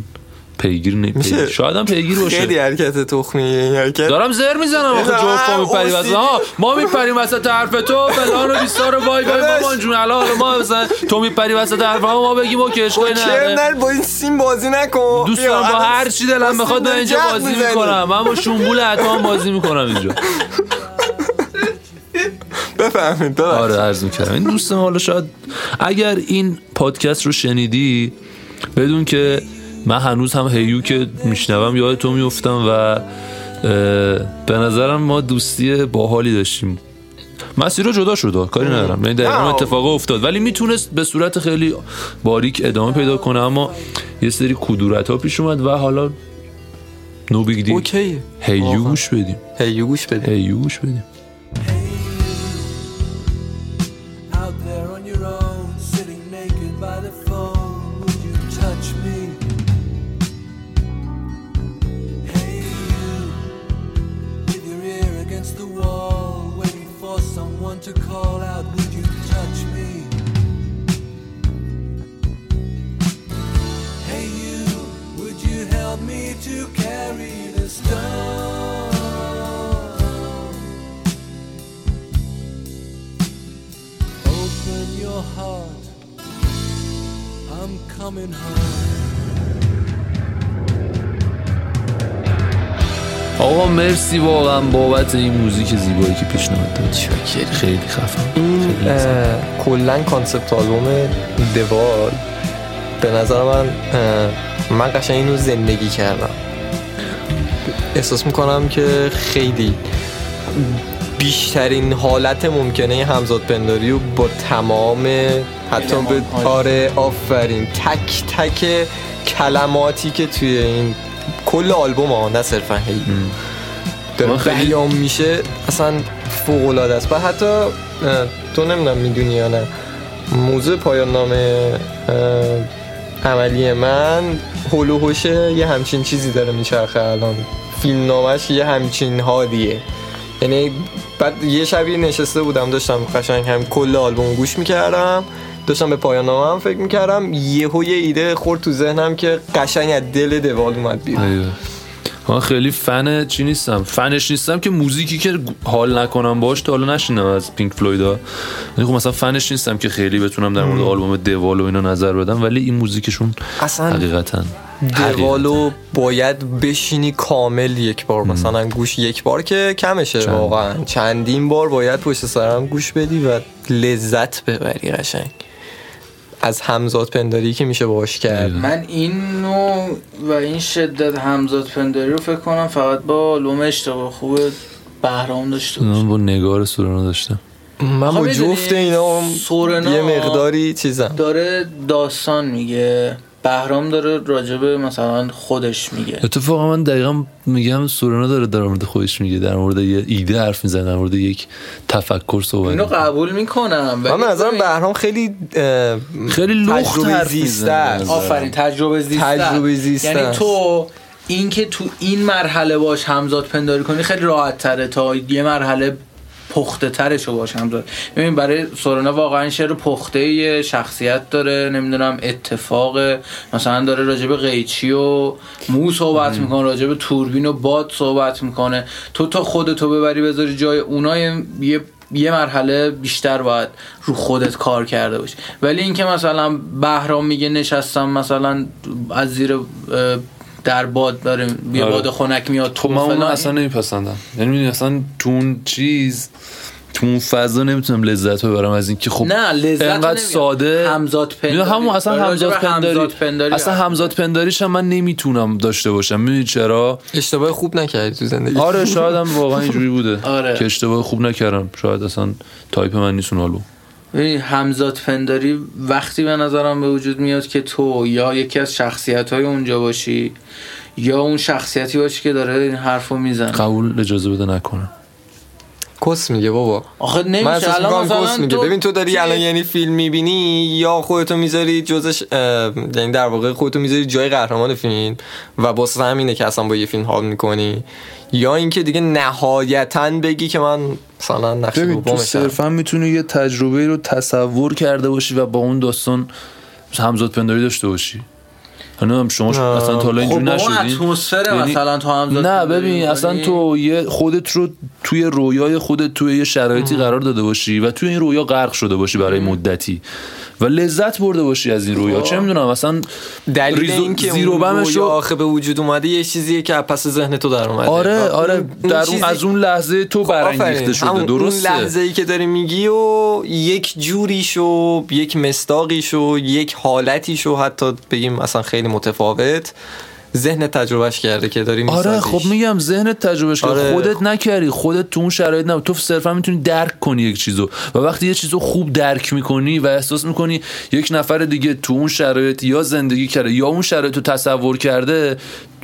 A: پیگیر نی پیگیر. شاید هم پیگیر
C: خیلی
A: باشه
C: حرکت تخمیه این حرکت
A: دارم زر میزنم آخه
C: نه،
A: جفت ما میپریم
C: اوسی.
A: وسط ها ما میپریم وسط حرف تو فلان و بیسار و وای وای
C: داداش.
A: مامان جون الان حالا ما مثلا تو میپری وسط حرف ما ما بگیم اوکی اشکالی نداره.
C: اوکی خب نه با این سیم بازی نکن
A: دوست
C: بیا،
A: دارم با
C: الان
A: هر چی
C: با
A: دلم
C: سیم
A: بخواد من اینجا
C: جغ
A: بازی
C: می‌زنی.
A: میکنم من با شنبول اتمام بازی میکنم اینجا
C: بفهمید داداش.
A: آره عرض میکردم این دوست ما حالا شاید اگر این پادکست رو شنیدی بدون که من هنوز هم هیو که میشنوم یاد تو میفتم و اه، به نظرم ما دوستی باحالی داشتیم مسیر رو جدا شد کاری ندارم یعنی دقیقاً
C: نه.
A: اون اتفاق افتاد ولی میتونست به صورت خیلی باریک ادامه پیدا کنه اما یه سری کدورت ها پیش اومد و حالا نو بیگ دیل
C: اوکی
A: هیو گوش بدیم
C: هیو گوش بده
A: هیو گوش بدیم
E: out there on your own, sitting naked by the phone. Would you touch me? Hey, you, with your ear against the wall. to carry the stone. Open your heart, I'm coming home.
A: آقا مرسی واقعا بابت این موزیک زیبایی که پیشنهاد دادی خیلی خفن
C: اه، کلا کانسپت آلبوم دوال به نظر من اه، من قشنگ اینو زندگی کردم احساس میکنم که خیلی بیشترین حالت ممکنه همزاد پنداری و با تمام حتی به آره آفرین تک تک کلماتی که توی این کل آلبوم ها نه صرفا هی داره
A: من خیلی-
C: بیان میشه اصلا فوق العاده است و حتی اه، تو نمیدونم میدونی یا نه موضوع پایان نامه اه، عملی من هلوهوشه یه همچین چیزی داره میچرخه الان فیلم نامش یه همچین حالیه یعنی بعد یه شبیه نشسته بودم داشتم قشنگ هم کل آلبوم گوش میکردم داشتم به پایان نامه هم فکر میکردم یهو یه ایده خورد تو ذهنم که قشنگ از دل دوال اومد بیرون
A: ایوه. من خیلی فن چی نیستم فنش نیستم که موزیکی که حال نکنم باش تا حالا نشینم از پینک فلویدا ولی خب مثلا فنش نیستم که خیلی بتونم در مورد آلبوم دوال و اینا نظر بدم ولی این موزیکشون
C: اصلا
A: حقیقتا
C: دوالو باید بشینی کامل یک بار مثلا گوش یک بار که کمشه واقعا چندین بار باید پشت سرم گوش بدی و لذت ببری قشنگ از همزاد پنداری که میشه باش کرد
B: من این نوع و این شدت همزاد پنداری رو فکر کنم فقط با لومه اشتباه خوب بهرام داشته باشه
A: من با نگار سورنا داشتم
C: من
B: خب
C: با
B: می‌دونی،
C: جفت اینا هم
B: سورنا-
C: یه مقداری چیزم
B: داره داستان میگه بهرام داره راجب مثلا خودش میگه
A: اتفاقا من دقیقا میگم سورنا داره در مورد خودش میگه در مورد یه ایده حرف میزنه در مورد یک تفکر صحبت
B: اینو
A: می‌کنه.
B: قبول میکنم
C: من به نظرم بهرام خیلی اه،
A: خیلی لخت
C: تجربه
A: حرف
C: زیسته
A: می‌زنه.
C: است.
B: آفرین تجربه زیسته
C: تجربه زیسته
B: یعنی
C: است.
B: تو اینکه تو این مرحله باش همزاد پنداری کنی خیلی راحت تره تا یه مرحله پخته ترش رو باش همزاد ببین برای سورنا واقعا شعر پخته یه شخصیت داره نمیدونم اتفاق مثلا داره راجب قیچی و مو صحبت میکنه راجب توربین و باد صحبت میکنه تو تا خودتو ببری بذاری جای اونا یه- یه یه مرحله بیشتر باید رو خودت کار کرده باشی ولی اینکه مثلا بهرام میگه نشستم مثلا از زیر اه، در باد داره یه
A: آره.
B: باد خنک میاد تو
A: خب من اون
B: فلان.
A: اصلا نمیپسندم یعنی میدونی اصلا تو اون چیز تو اون فضا نمیتونم لذت ببرم از اینکه خب
B: نه لذت
A: انقدر
B: نمیاد.
A: ساده
B: همزاد پنداری آره،
A: نه همون اصلا
B: راجع به
A: همزاد پنداری.
B: همزاد پنداری
A: اصلا
B: حرف
A: همزاد پنداریش هم من نمیتونم داشته باشم میدونی چرا
C: اشتباه خوب نکردی تو زندگی
A: آره شاید هم واقعا اینجوری بوده
B: آره.
A: که اشتباه خوب نکردم شاید اصلا تایپ من نیست اون آلبوم
B: ببین، همزاد پنداری وقتی به نظرم به وجود میاد که تو یا یکی از شخصیت های اونجا باشی یا اون شخصیتی باشی که داره این حرفو میزنه
A: قبول اجازه بده نکنم
C: کس میگه بابا
B: آخه
C: من
B: نمیشه
C: احساس
B: الان
C: میکنم
B: مثلا
C: کس میگه ببین تو داری
B: چی؟
C: الان یعنی فیلم میبینی یا خودتو میذاری جزش اه، یعنی در واقع خودتو میذاری جای قهرمان فیلم و واسه همینه که اصلا با یه فیلم حال میکنی یا اینکه دیگه نهایتا بگی که من مثلا نقش
A: ببین تو
C: دومشم
A: صرفا میتونی یه تجربه رو تصور کرده باشی و با اون داستان همزاد پنداری داشته باشی حالا هم شما
C: نه.
A: اصلا تا حالا
B: خب
A: اینجوری
B: با اون
A: نشدین
B: اتمسفر
A: یعنی-
B: مثلا تو همزاد
A: نه
B: پنداری
A: ببین
B: می‌کنی.
A: اصلا تو یه خودت رو توی رویای خودت توی یه شرایطی قرار داده باشی و توی این رویا غرق شده باشی برای مدتی و لذت برده باشی از این رویا چه میدونم اصلا
C: دلیل
A: ریزو-
C: این که
A: زیر و
C: اون
A: بمش
C: رویا
A: رو-
C: آخه به وجود اومده یه چیزیه که از پس ذهن تو در اومده و
A: آره
C: اون-
A: آره
C: اون
A: در
C: چیزی خب،
A: اون از اون لحظه تو برانگیخته
C: آفرین.
A: شده
C: همون
A: درسته
C: اون لحظه ای که داری میگی و یک جوریش و یک مستاقیش و یک حالتیش و حتی بگیم اصلا خیلی متفاوت ذهن تجربهش کرده که داری
A: آره
C: می‌سازیش.
A: خب میگم ذهنت تجربهش کرد
C: آره.
A: خودت نکردی خودت تو اون شرایط نبود تو صرفا میتونی درک کنی یک چیزو و وقتی یه چیزو خوب درک میکنی و احساس میکنی یک نفر دیگه تو اون شرایط یا زندگی کرده یا اون شرایط رو تصور کرده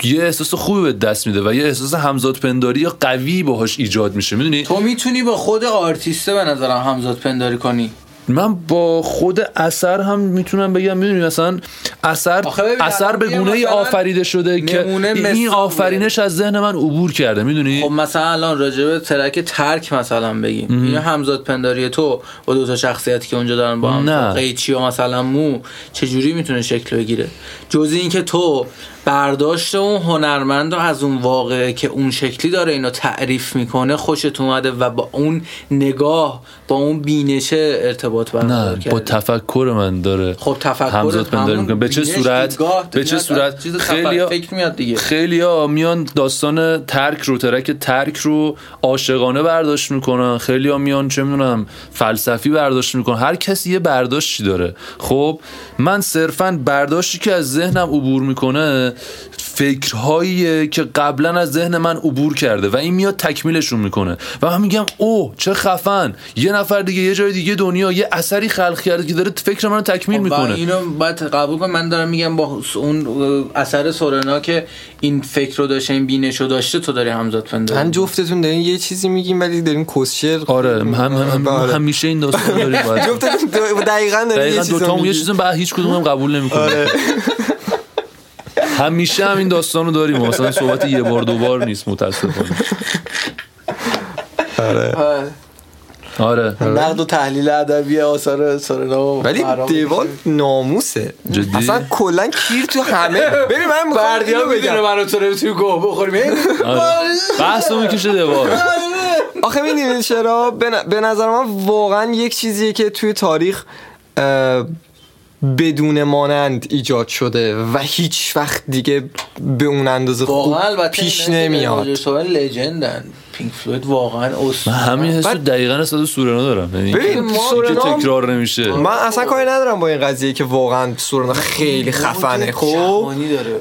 A: یه احساس خوبی به دست میده و یه احساس همزاد پنداری قوی باهاش ایجاد میشه میدونی
B: تو میتونی با خود آرتیسته به نظرم همزاد پنداری کنی
A: من با خود اثر هم میتونم بگم میدونی مثلا اثر
B: آخه ببین،
A: اثر
B: الان
A: به
B: بیا
A: گونه ای
B: مثلا
A: آفریده شده که
B: نمونه
A: این
B: مثال
A: آفرینش از ذهن من عبور کرده میدونی
B: خب مثلا الان راجبه ترک ترک مثلا بگیم این همزاد پنداری تو با دو تا شخصیتی که اونجا دارن با هم
A: نه.
B: قیچی و مثلا مو چجوری میتونه شکل بگیره جز اینکه تو برداشت اون هنرمند رو از اون واقعه که اون شکلی داره اینو تعریف میکنه خوشت اومده و با اون نگاه با اون بینشه ارتباط برقرار
A: نه با
B: کرده
A: تفکر من داره
B: خب تفکر
A: همزاد پنداری
B: همون
A: میکنه به چه
B: بینش،
A: صورت
B: دیدگاه،
A: به چه
B: میاد،
A: صورت
B: چیز
A: خیلی
B: تفکر- فکر میاد دیگه
A: خیلی ها میان داستان ترک رو ترک ترک رو عاشقانه برداشت میکنن خیلی ها میان چه میدونم فلسفی برداشت میکنن هر کسی یه برداشتی داره خب من صرفا برداشتی که از ذهنم عبور میکنه فکرهایی که قبلا از ذهن من عبور کرده و این میاد تکمیلشون میکنه و من میگم اوه چه خفن یه نفر دیگه یه جای دیگه دنیا یه اثری خلق کرده که داره فکر منو تکمیل
B: و
A: میکنه
B: اینو باید قبول کنم من دارم میگم با اون اثر سورنا که این فکر رو داشته این بینش رو داشته تو داری همزاد پنداری
C: من جفتتون دارین یه چیزی میگیم ولی دارین کسشر
A: آره هم, هم, هم
C: آره.
A: همیشه این داستان داریم باید
C: جفتتون دو- دقیقا دارین
A: دقیقا
C: یه
A: دو
C: آره. چیز
A: تا یه چیزی بعد هیچ کدوم هم قبول نمیکنه همیشه هم این داستان رو داریم مثلا صحبت یه بار دو بار نیست متاسفانه آره
F: نقد و تحلیل ادبی آثار سورنا و
C: ولی
F: بهرام.
C: دیوان ناموسه
A: جدی؟
C: اصلا کلا کیر تو همه ببین من میخوام
B: بردیا
C: اینو
B: میدونه
C: بگم
B: من رو تو رو توی گوه بخوریم هی،
A: آره بحث رو میکشه دوار
C: آخه میدونی چرا به ن- به نظر من واقعا یک چیزیه که توی تاریخ اه، بدون مانند ایجاد شده و هیچ وقت دیگه به اون اندازه خوب
B: واقعا البته
C: پیش
B: اینا که
C: نمیاد
B: راجع سوال لجندن پینک فلوید واقعا اصلا
A: من همین حس رو دقیقا از سورنا دارم یعنی
C: ببین،
A: اینکه-
C: سورنا-
A: اینکه تکرار نمیشه
C: من اصلا کاری ندارم با این قضیه که واقعا سورنا خیلی خفنه خب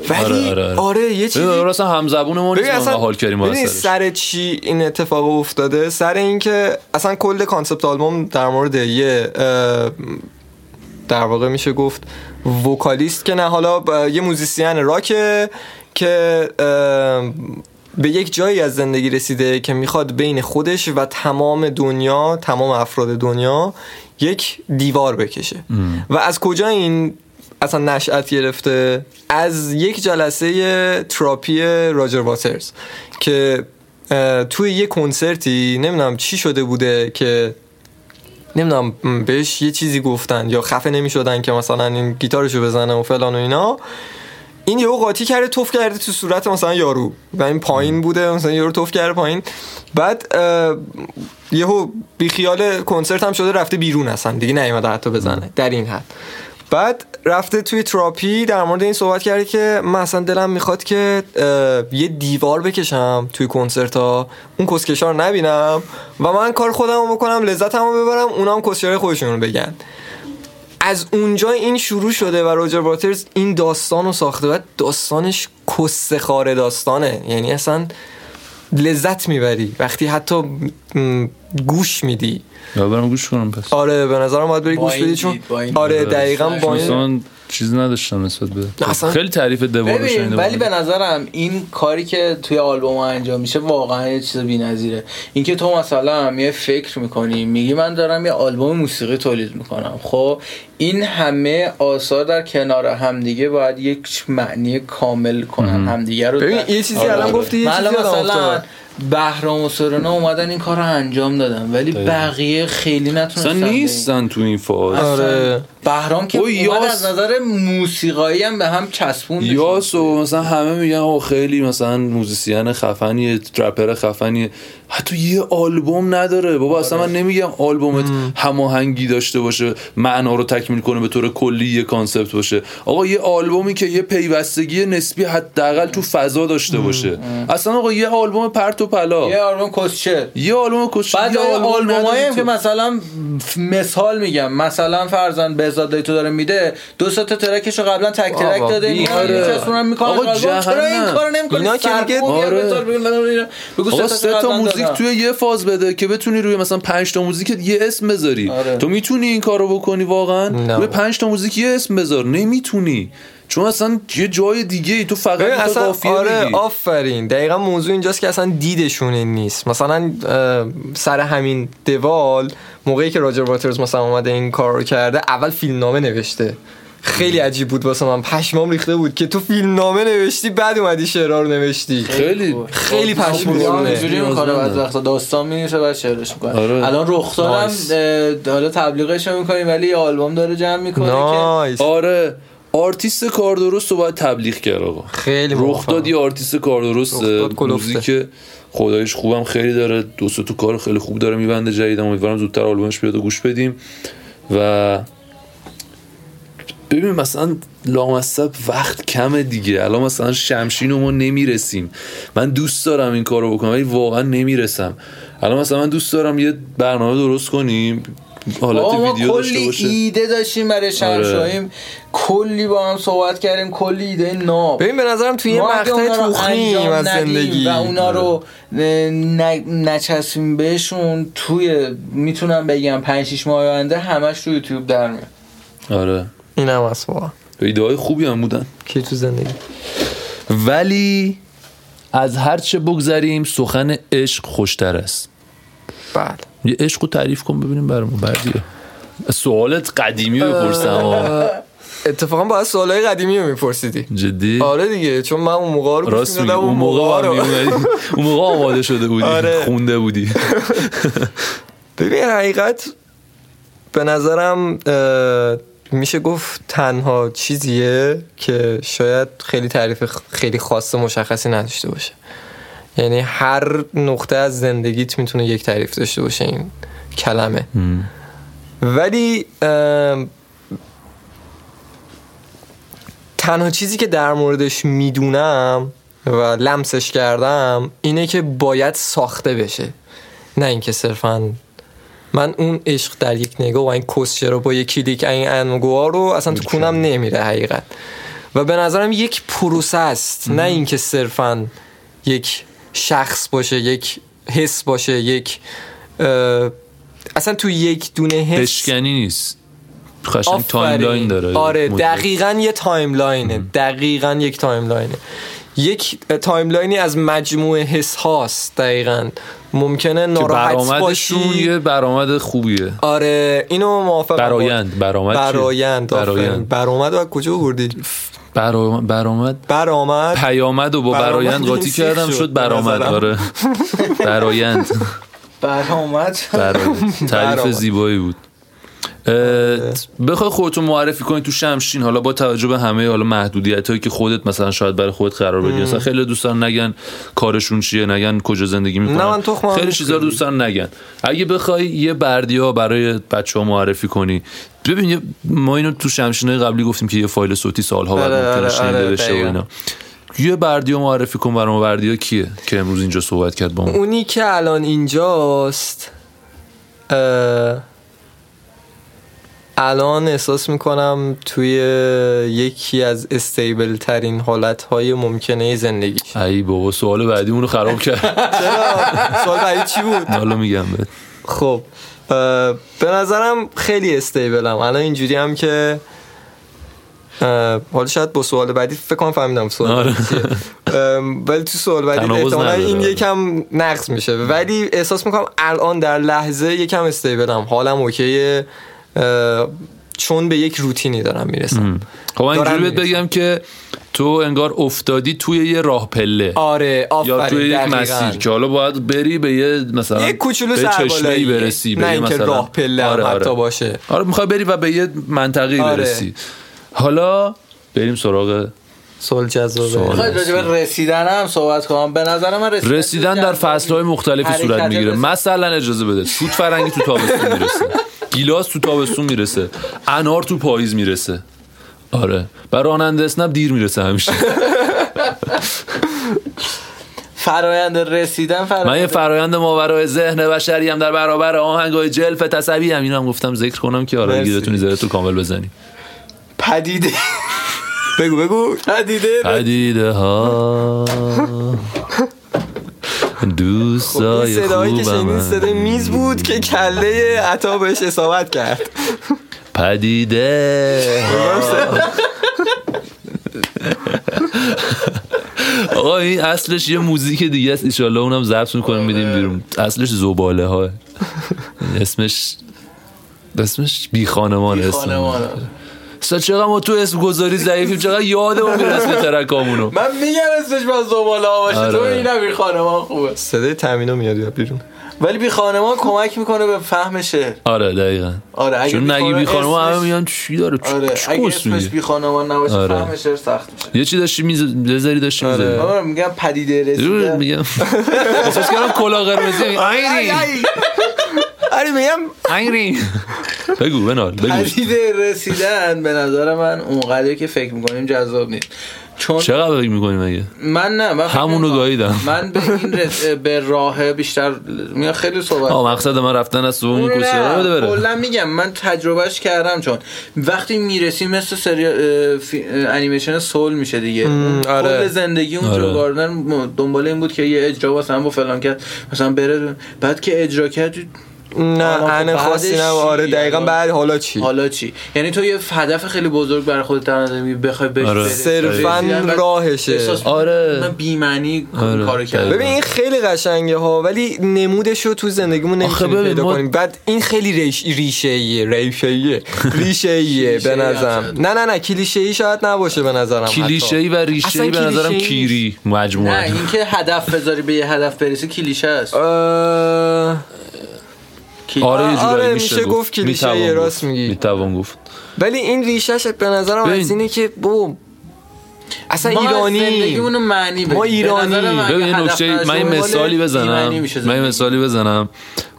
B: داره
C: ولی
A: آره، آره، آره.
C: آره یه
A: ببین،
C: چیزی
A: آره، اصلا همزبون ما نیست
C: ببین
A: ما انقدر
C: اصلا
A: حال کردیم با
C: ببین
A: اثرش.
C: سر چی این اتفاق افتاده سر اینکه اصلا کل کانسپت آلبوم در مورد یه اه، در واقع میشه گفت وکالیست که نه حالا ب- یه موزیسین راکه که اه، به یک جایی از زندگی رسیده که میخواد بین خودش و تمام دنیا تمام افراد دنیا یک دیوار بکشه و از کجا این اصلا نشأت گرفته از یک جلسه تراپی راجر واترز که اه، توی یه کنسرتی نمیدونم چی شده بوده که نمیدونم بهش یه چیزی گفتن یا خفه نمیشدن که مثلا این گیتارشو بزنه و فلان و اینا این یهو قاطی کرده توف کرده تو صورت مثلا یارو و این پایین بوده مثلا یارو توف کرده پایین بعد اه، یهو بیخیال کنسرت هم شده رفته بیرون اصلا دیگه نیومده حتی بزنه در این حد بعد رفته توی تراپی در مورد این صحبت کرده که من اصلا دلم میخواد که اه، یه دیوار بکشم توی کنسرت ها اون کسکشا رو نبینم و من کار خودم رو بکنم لذتم رو ببرم اونا هم کسکشای خودشون رو بگن از اونجا این شروع شده و راجر واترز این داستان رو ساخته و داستانش کسخاره داستانه یعنی اصلا لذت میبری وقتی حتی م، گوش میدی
A: یا برم گوش کنم پس
C: آره به نظرم باید بری
B: با
C: گوش
B: این
C: بدی
B: دید،
C: چون
B: با این
C: آره
A: دید.
C: دقیقا
B: چون
C: با این
A: دوستان چیز نداشتم نسبت به
C: اصلا-
A: خیلی تعریف دوار رو
B: ببین
A: شنیده
B: ولی به
A: بودم.
B: نظرم این کاری که توی آلبوم انجام میشه واقعا یه چیز بی‌نظیره اینکه تو مثلا هم یه فکر میکنی میگی من دارم یه آلبوم موسیقی تولید میکنم خب این همه آثار در کنار همدیگه باید یک معنی کامل کنن همدیگه رو
C: ببین
B: در-
C: یه چیزی
B: آره،
C: الان
B: آره.
C: گفتی، یه
B: من الان
C: چیزی یادم
B: مثلا
C: افتاد.
B: بهرام و سرنا اومدن این کار رو انجام دادن ولی بقیه خیلی نتونستن
A: اصلا
B: به این
A: نیستن تو این فاز
C: آره.
B: بهرام که
A: او
B: اومد
A: یاس-
B: از نظر موسیقایی هم به هم چسبون
A: یاس و مثلا همه میگن او خیلی مثلا موزیسین خفنیه رپر خفنیه حتی یه آلبوم نداره بابا اصلا
B: آره.
A: من نمیگم آلبومت هماهنگی داشته باشه معنا رو تکمیل کنه به طور کلی یه کانسپت باشه آقا یه آلبومی که یه پیوستگی نسبی حداقل تو فضا داشته باشه اصلا آقا یه آلبوم پرت و پلا
B: یه آلبوم کسچر
A: یه آلبوم کشتی
B: بعد
A: یه
B: آلبوم
A: نداری
B: هایی
A: تو.
B: که مثلا ف- مثال میگم مثلا فرزن بهزاد تو داره میده دو سه تا ترکش رو قبلا تک ترک
C: بابا،
B: داده میاد
A: بیاره.
B: چسبونم میکنه
A: آقا،
B: چرا این
A: جهنم.
B: کارو نمیکنی
C: اینا که دیگه-
A: آره.
B: بگو
A: آقا سه تا
B: قبلا
A: موزیک
B: دادم.
A: توی یه فاز بده که بتونی روی مثلا پنج تا موزیک یه اسم بذاری
B: آره.
A: تو میتونی این کارو بکنی واقعا
C: نه.
A: روی پنج تا موزیک یه اسم بذار نمیتونی چون اصلا یه جای دیگه ای تو فقط
C: ببین
A: دوتا
C: اصلا
A: قافیه
C: آره
A: بگی.
C: آفرین دقیقا موضوع اینجاست که اصلا دیدشون این نیست مثلا اه، سر همین دوال موقعی که راجر واترز مثلا اومده این کار رو کرده اول فیلمنامه نوشته خیلی عجیب بود واسه من پشمام ریخته بود که تو فیلمنامه نوشتی بعد اومدی شعرها رو نوشتی
A: خیلی
C: خیلی
B: پشمام
C: پشمام
B: آره. اینجوری میکنه بعضی وقتا داستان مینویسه بعد شعرش میکنه
A: آره.
B: الان رخسارم
C: نایس.
B: اه، حالا تبلیغش رو میکنیم ولی یه آلبوم داره جمع میکنه که
C: نایس
A: آره آرتیست کار درست رو باید تبلیغ کرد آقا
C: خیلی
A: رخ
C: موافقم.
A: داد یه آرتیست کار درست
C: رخداد کلفته.
A: موزیک خدایش خوبم خیلی داره دو سه تو کار خیلی خوب داره میبنده جدیدم امیدوارم زودتر آلبومش بیاد و گوش بدیم و ببین مثلا لامصب وقت کمه دیگه الان مثلا شمشین رو ما نمیرسیم من دوست دارم این کارو بکنم ولی واقعا نمیرسم الان مثلا من دوست دارم یه برنامه درست کنیم حالت
B: بابا، ما
A: ویدیو داشته آره.
B: کلی
A: باشه
B: ایده داشتیم برای شمشاهیم کلی با هم صحبت کردیم کلی ایده ناب
C: ببین به نظرم توی یه
B: ما اگه
C: مقطع
B: اونا رو
C: توخیم
B: انجام
C: از
B: ندیم
C: زندگی
B: و اونا رو
A: آره.
B: اه، ن- نچسبیم بهشون توی میتونم بگم 5 6 ماه آینده همش تو یوتیوب در میاد
A: آره
C: این هم هست واقعا
A: ایده های خوبی هم بودن
C: کی تو زندگی
A: ولی از هر چه بگذریم سخن عشق خوشتر است
C: بله
A: یه عشق رو تعریف کن ببینیم برامون بردیا سوالت قدیمی بپرسم آه.
C: اتفاقا باید سوالای قدیمی رو میپرسیدی
A: جدی
C: آره دیگه چون من اون موقع رو گوش
A: راست میگی
C: میدادم
A: اون موقع هم می‌اومدی. اون موقع آماده شده بودی
C: آره.
A: خونده بودی
C: ببین حقیقت به نظرم اه، میشه گفت تنها چیزیه که شاید خیلی تعریف خ- خیلی خاص و مشخصی نداشته باشه یعنی هر نقطه از زندگیت میتونه یک تعریف داشته باشه این کلمه ولی ام، تنها چیزی که در موردش میدونم و لمسش کردم اینه که باید ساخته بشه نه اینکه صرفا من اون عشق در یک نگاه و این کسچه رو با یک کلیک این انگوها رو اصلا تو کونم نمیره حقیقت و به نظرم یک پروسه است نه اینکه صرفا یک شخص باشه یک حس باشه یک اه، اصلا تو یک دونه حس
A: بشکنی نیست خشنگ
C: آفرین.
A: تایملاین داره
C: آره
A: مدت.
C: دقیقا یه تایملاینه دقیقا یک تایملاینه یک تایملاینی از مجموعه حس هاست دقیقا ممکنه
A: که
C: ناراحت
A: برآمدشون
C: باشی
A: یه برآمد خوبیه
C: آره اینو موافقم
A: برایند برآمد چیه؟
C: برایند برایند
A: برایند
C: برآمد رو از کجا بردی
A: برا- برآمد
C: برآمد
A: پیامد و با
C: برآمد
A: برایند قاطی
C: جنسی
A: کردم
C: شد،
A: شد
C: به
A: برآمد
C: نظرم.
A: آره برایند
B: برآمد
A: برآمد.
C: برآمد.
A: تعریف زیبایی بود اه، بخوای خودتو معرفی کنی تو شمشین حالا با توجه به همه حالا محدودیت هایی که خودت مثلا شاید برای خودت قرار بدی مثلا خیلی دوستان نگن کارشون چیه نگن کجا زندگی
C: نه،
A: میکنن
C: من تخمم
A: خیلی
C: نیست.
A: چیزا رو دوستان نگن اگه بخوای یه بردیا برای بچه ها معرفی کنی ببین یه- ما اینو تو شمشین قبلی گفتیم که یه فایل صوتی سالها بعد
C: آره،
A: ممکنه
C: آره،
A: شنیده
C: آره،
A: بشه و
C: دقیقاً.
A: اینا. یه بردیا معرفی کن برام بردیا کیه که امروز اینجا صحبت کرد با ما
C: اونی که الان اینجاست اه، الان احساس میکنم توی یکی از استیبل ترین حالت های ممکنه زندگی
A: ای بابا سوال بعدی رو خراب کرد
C: سوال بعدی چی بود؟
A: حالا میگم بهت
C: خب اه، به نظرم خیلی استیبلم الان اینجوری هم که اه، حالا شاید با سوال بعدی فکر کنم فهمیدم سوال
A: آره.
C: بعدی چیه. ام، ولی تو سوال بعدی
A: تناقض
C: احتمالا
A: نداره،
C: این
A: آره.
C: یکم نقص میشه ولی احساس میکنم الان در لحظه یکم استیبلم حالم اوکیه اه، چون به یک روتینی دارم میرسم
A: خب من
C: دارم
A: اینجوری بهت
C: می‌رسم.
A: بگم که تو انگار افتادی توی یه راه پله
C: آره
A: یا توی
C: آفرین
A: یک
C: دقیقاً.
A: مسیر که حالا باید بری به یه مثلا
C: یه کوچولو
A: به چشمه
C: سربالایی
A: ای برسی به
C: نه
A: یه
C: اینکه
A: مثلا-
C: راه پله هم
A: آره،
C: حتی
A: آره.
C: باشه
A: آره میخوای بری و به یه منطقه
C: آره.
A: برسی حالا بریم سراغ
C: سوال جذابه
A: سوال.
B: خیلی راجع به رسیدن هم صحبت کنم به نظر من رسیدن,
A: رسیدن در فصلهای مختلفی صورت
B: حرکت
A: میگیره
B: رسیدن.
A: مثلا اجازه بده سوت فرنگی تو تابستون میرسه گیلاس تو تابستون میرسه انار تو پاییز میرسه آره بر راننده اسنپ دیر میرسه همیشه
B: فرایند رسیدن فرایند
A: من یه فرایند ماورای ذهن بشری هم در برابر آهنگای جلف تصوی هم اینو هم گفتم ذکر کنم که آره دیگه
C: مرسی.
A: بتونی زره تو کامل بزنی
B: پدیده
C: بگو بگو
B: پدیده
A: پدیده ها
C: این
A: دوستای
C: خب، صدایی که شنیدین صدای
A: خوبم
C: میز بود که کله عطا بهش اصابت کرد
A: پدیده آقا این اصلش یه موزیک دیگه است ایشالله اونم ضبط میکنیم میدیم
C: آره.
A: بیرون اصلش زباله ها اسمش اسمش بی خانمان آره.
B: خانمانم.
A: اصلا چقدر ما تو اسم گذاری ضعیفیم چقدر یادمون میره اسم ترکامونو
B: من میگم اسمش باز زباله ها باشه
A: آره.
B: تو اینم این خانمان خوبه
C: صدای تامینا میاد یا بیرون
B: ولی بی خانمان کمک میکنه به فهم شعر
A: آره دقیقا
B: آره اگه
A: چون نگی بی خانم
B: اسمش-
A: همه میگن چی داره چ-
B: آره
A: چی
B: اگه
A: کس
B: اسمش
A: میگه
B: بی خانمان نباشه
A: آره.
B: فهم شعر سخت میشه
A: یه چی داشتی میز- یه ذری داشتی می‌ذاری.
B: آره میگم پدیده
A: رو
B: رسیدن
A: میگم احساس کردم کلا قرمزی آیری
C: آره میگم
A: آیری بگو بنال بگو
B: پدیده رسیدن به نظر من اونقدر که فکر میکنیم جذاب نیست چون
A: چقدر فکر میکنی مگه
B: من نه من فکر
A: همونو
B: نمی‌کنم.
A: گاییدم.
B: من به این رس... به راه بیشتر میگم خیلی صحبت
A: آه مقصد من رفتن از تو اون
B: اون
A: کوسه
B: نه،
A: رو بده بره
B: کلا میگم من تجربهش کردم چون وقتی میرسی مثل سری اه، فی- اه، انیمیشن سول میشه دیگه
C: آره.
B: کل زندگی اون
A: آره.
B: جو گاردنر م- دنبال این بود که یه اجرا واسه هم با فلان کرد مثلا بره بعد که اجرا کرد
C: نه
B: آره،
C: ان
B: خب
C: خاصی
B: بعدش
C: نه آره
B: چی؟
C: دقیقا
B: الان-
C: بعد حالا چی
B: حالا چی یعنی تو یه هدف خیلی بزرگ برای خودت در نظر میگیری بخوای بهش
A: آره.
B: برسی.
C: صرفاً
B: رسیدن بعد
C: راهشه.
B: احساس می‌کنی
A: آره.
B: من بی‌معنی
A: آره.
B: کارو کردم
A: ببین،
C: ببین این خیلی قشنگه ها ولی نمودش رو تو زندگیمون
A: آخه
C: نمیتونیم
A: ببین،
C: پیدا
A: ما-
C: کنیم بعد این خیلی ریش ریشه ایه ریشه ایه ریشه ایه به
B: کلیشه‌ای هم
C: نظرم
B: شاید.
C: نه نه نه کلیشه ای شاید نباشه به نظرم حتی.
A: کلیشه ای و ریشه ای به
C: اصلا
A: نظرم
C: کلیشه‌ای
A: کیری
B: نه
A: مجموعه
B: اینکه هدف بذاری به یه هدف برسی کلیشه
C: آره.
B: است
C: اه،
A: آره یه
C: آره،
A: جورایی
C: میشه
A: میشه
C: گفت کلیشه‌ای،
A: می‌توان گفت.
C: راست میگی.
A: میتوان گفت
C: ولی این ریشهش به نظرم
A: ببین.
C: از اینه که بوم اصلا
B: ما
C: ایرانی
B: زندگیمونو معنی بدیم.
C: ما
B: به
C: ایرانی.
B: نظر من اگه
A: ببین یه
B: هدف
A: نکته من
B: نداشته
A: یه
B: باشه،
A: مثالی بزنم
B: ایمنی میشه
A: من یه
B: زندگی.
A: مثالی بزنم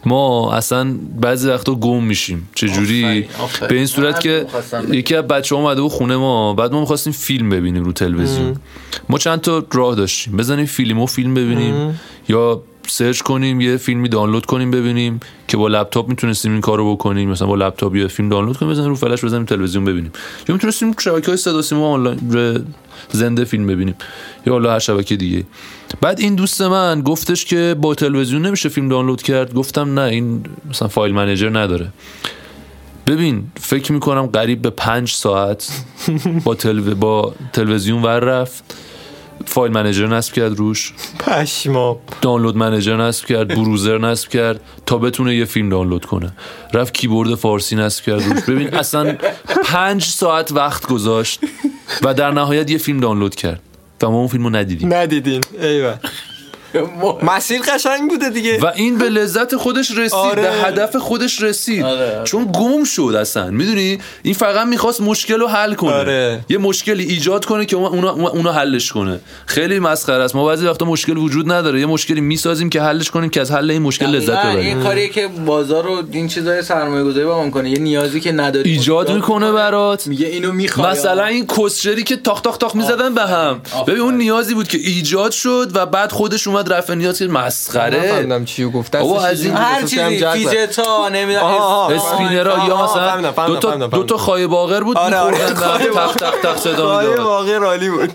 A: ما اصلا بعضی وقتا گم میشیم چجوری
B: آفرین، آفرین.
A: به این
B: من
A: صورت
B: همین
A: که
B: می‌خواستم بگم.
A: یکی از بچه ها اومده بود خونه ما بعد ما میخواستیم فیلم ببینیم رو تلویزیون ما چند تا راه داشتیم بزنیم فیلم و فیلم ببینیم یا سرچ کنیم یه فیلمی دانلود کنیم ببینیم که با لپتاپ میتونستیم این کارو بکنیم مثلا با لپتاپ یه فیلم دانلود کنیم بزنیم رو فلش بزنیم تلویزیون ببینیم یا میتونستیم شبکه های صدا و سیما آنلاین ر- زنده فیلم ببینیم یا حالا هر شبکه دیگه بعد این دوست من گفتش که با تلویزیون نمیشه فیلم دانلود کرد گفتم نه این مثلا فایل منیجر نداره ببین فکر میکنم قریب به پنج ساعت با, تلو... با تلویزیون ور رفت فایل منیجر نصب کرد روش
C: پشما
A: دانلود منیجر نصب کرد بروزر نصب کرد تا بتونه یه فیلم دانلود کنه رفت کیبورد فارسی نصب کرد روش ببین اصلا پنج ساعت وقت گذاشت و در نهایت یه فیلم دانلود کرد و ما اون فیلم رو ندیدیم
C: ندیدین ایوه مسیر قشنگ بوده دیگه
A: و این به لذت خودش رسید
C: آره.
A: به هدف خودش رسید
B: آره، آره.
A: چون گم شد اصلا میدونی این فقط میخواست مشکل رو حل کنه
C: آره.
A: یه مشکلی ایجاد کنه که اون- اونا, اونا, اونا حلش کنه خیلی مسخره است ما بعضی وقتا مشکل وجود نداره یه مشکلی میسازیم که حلش کنیم که از حل این مشکل لذت
B: نه،
A: ببریم
B: این کاریه که بازار رو این چیزای سرمایه گذاری با من کنه یه نیازی که نداری خب،
A: ایجاد میکنه برات
B: میگه اینو میخوای
A: مثلا این کسچری که تاخ تاخ تاخ میزدن به هم ببین اون نیازی بود که ایجاد شد و بعد خودش اومد رفع نیاز که مسخره
C: نفهمیدم چیو گفت
A: آره. بابا
C: دستش
A: از این-
C: اینجوری
B: هر
C: گذاشته هم
B: چیزی
C: جذب.
B: فیجتا
C: آها، آها.
B: نمیدونم
A: اسپینرا
C: آه،
A: یا
C: آه،
A: مثلا
C: فهمیدم، فهمیدم،
A: دو تا
C: فهمیدم،
A: دو تا
C: فهمیدم.
A: خایه باغر بود
C: آره، آره،
A: می‌خوردن به هم،
C: خایه
A: تق تق تق صدا
C: آره
A: می‌داد.
C: واقعی رالی بود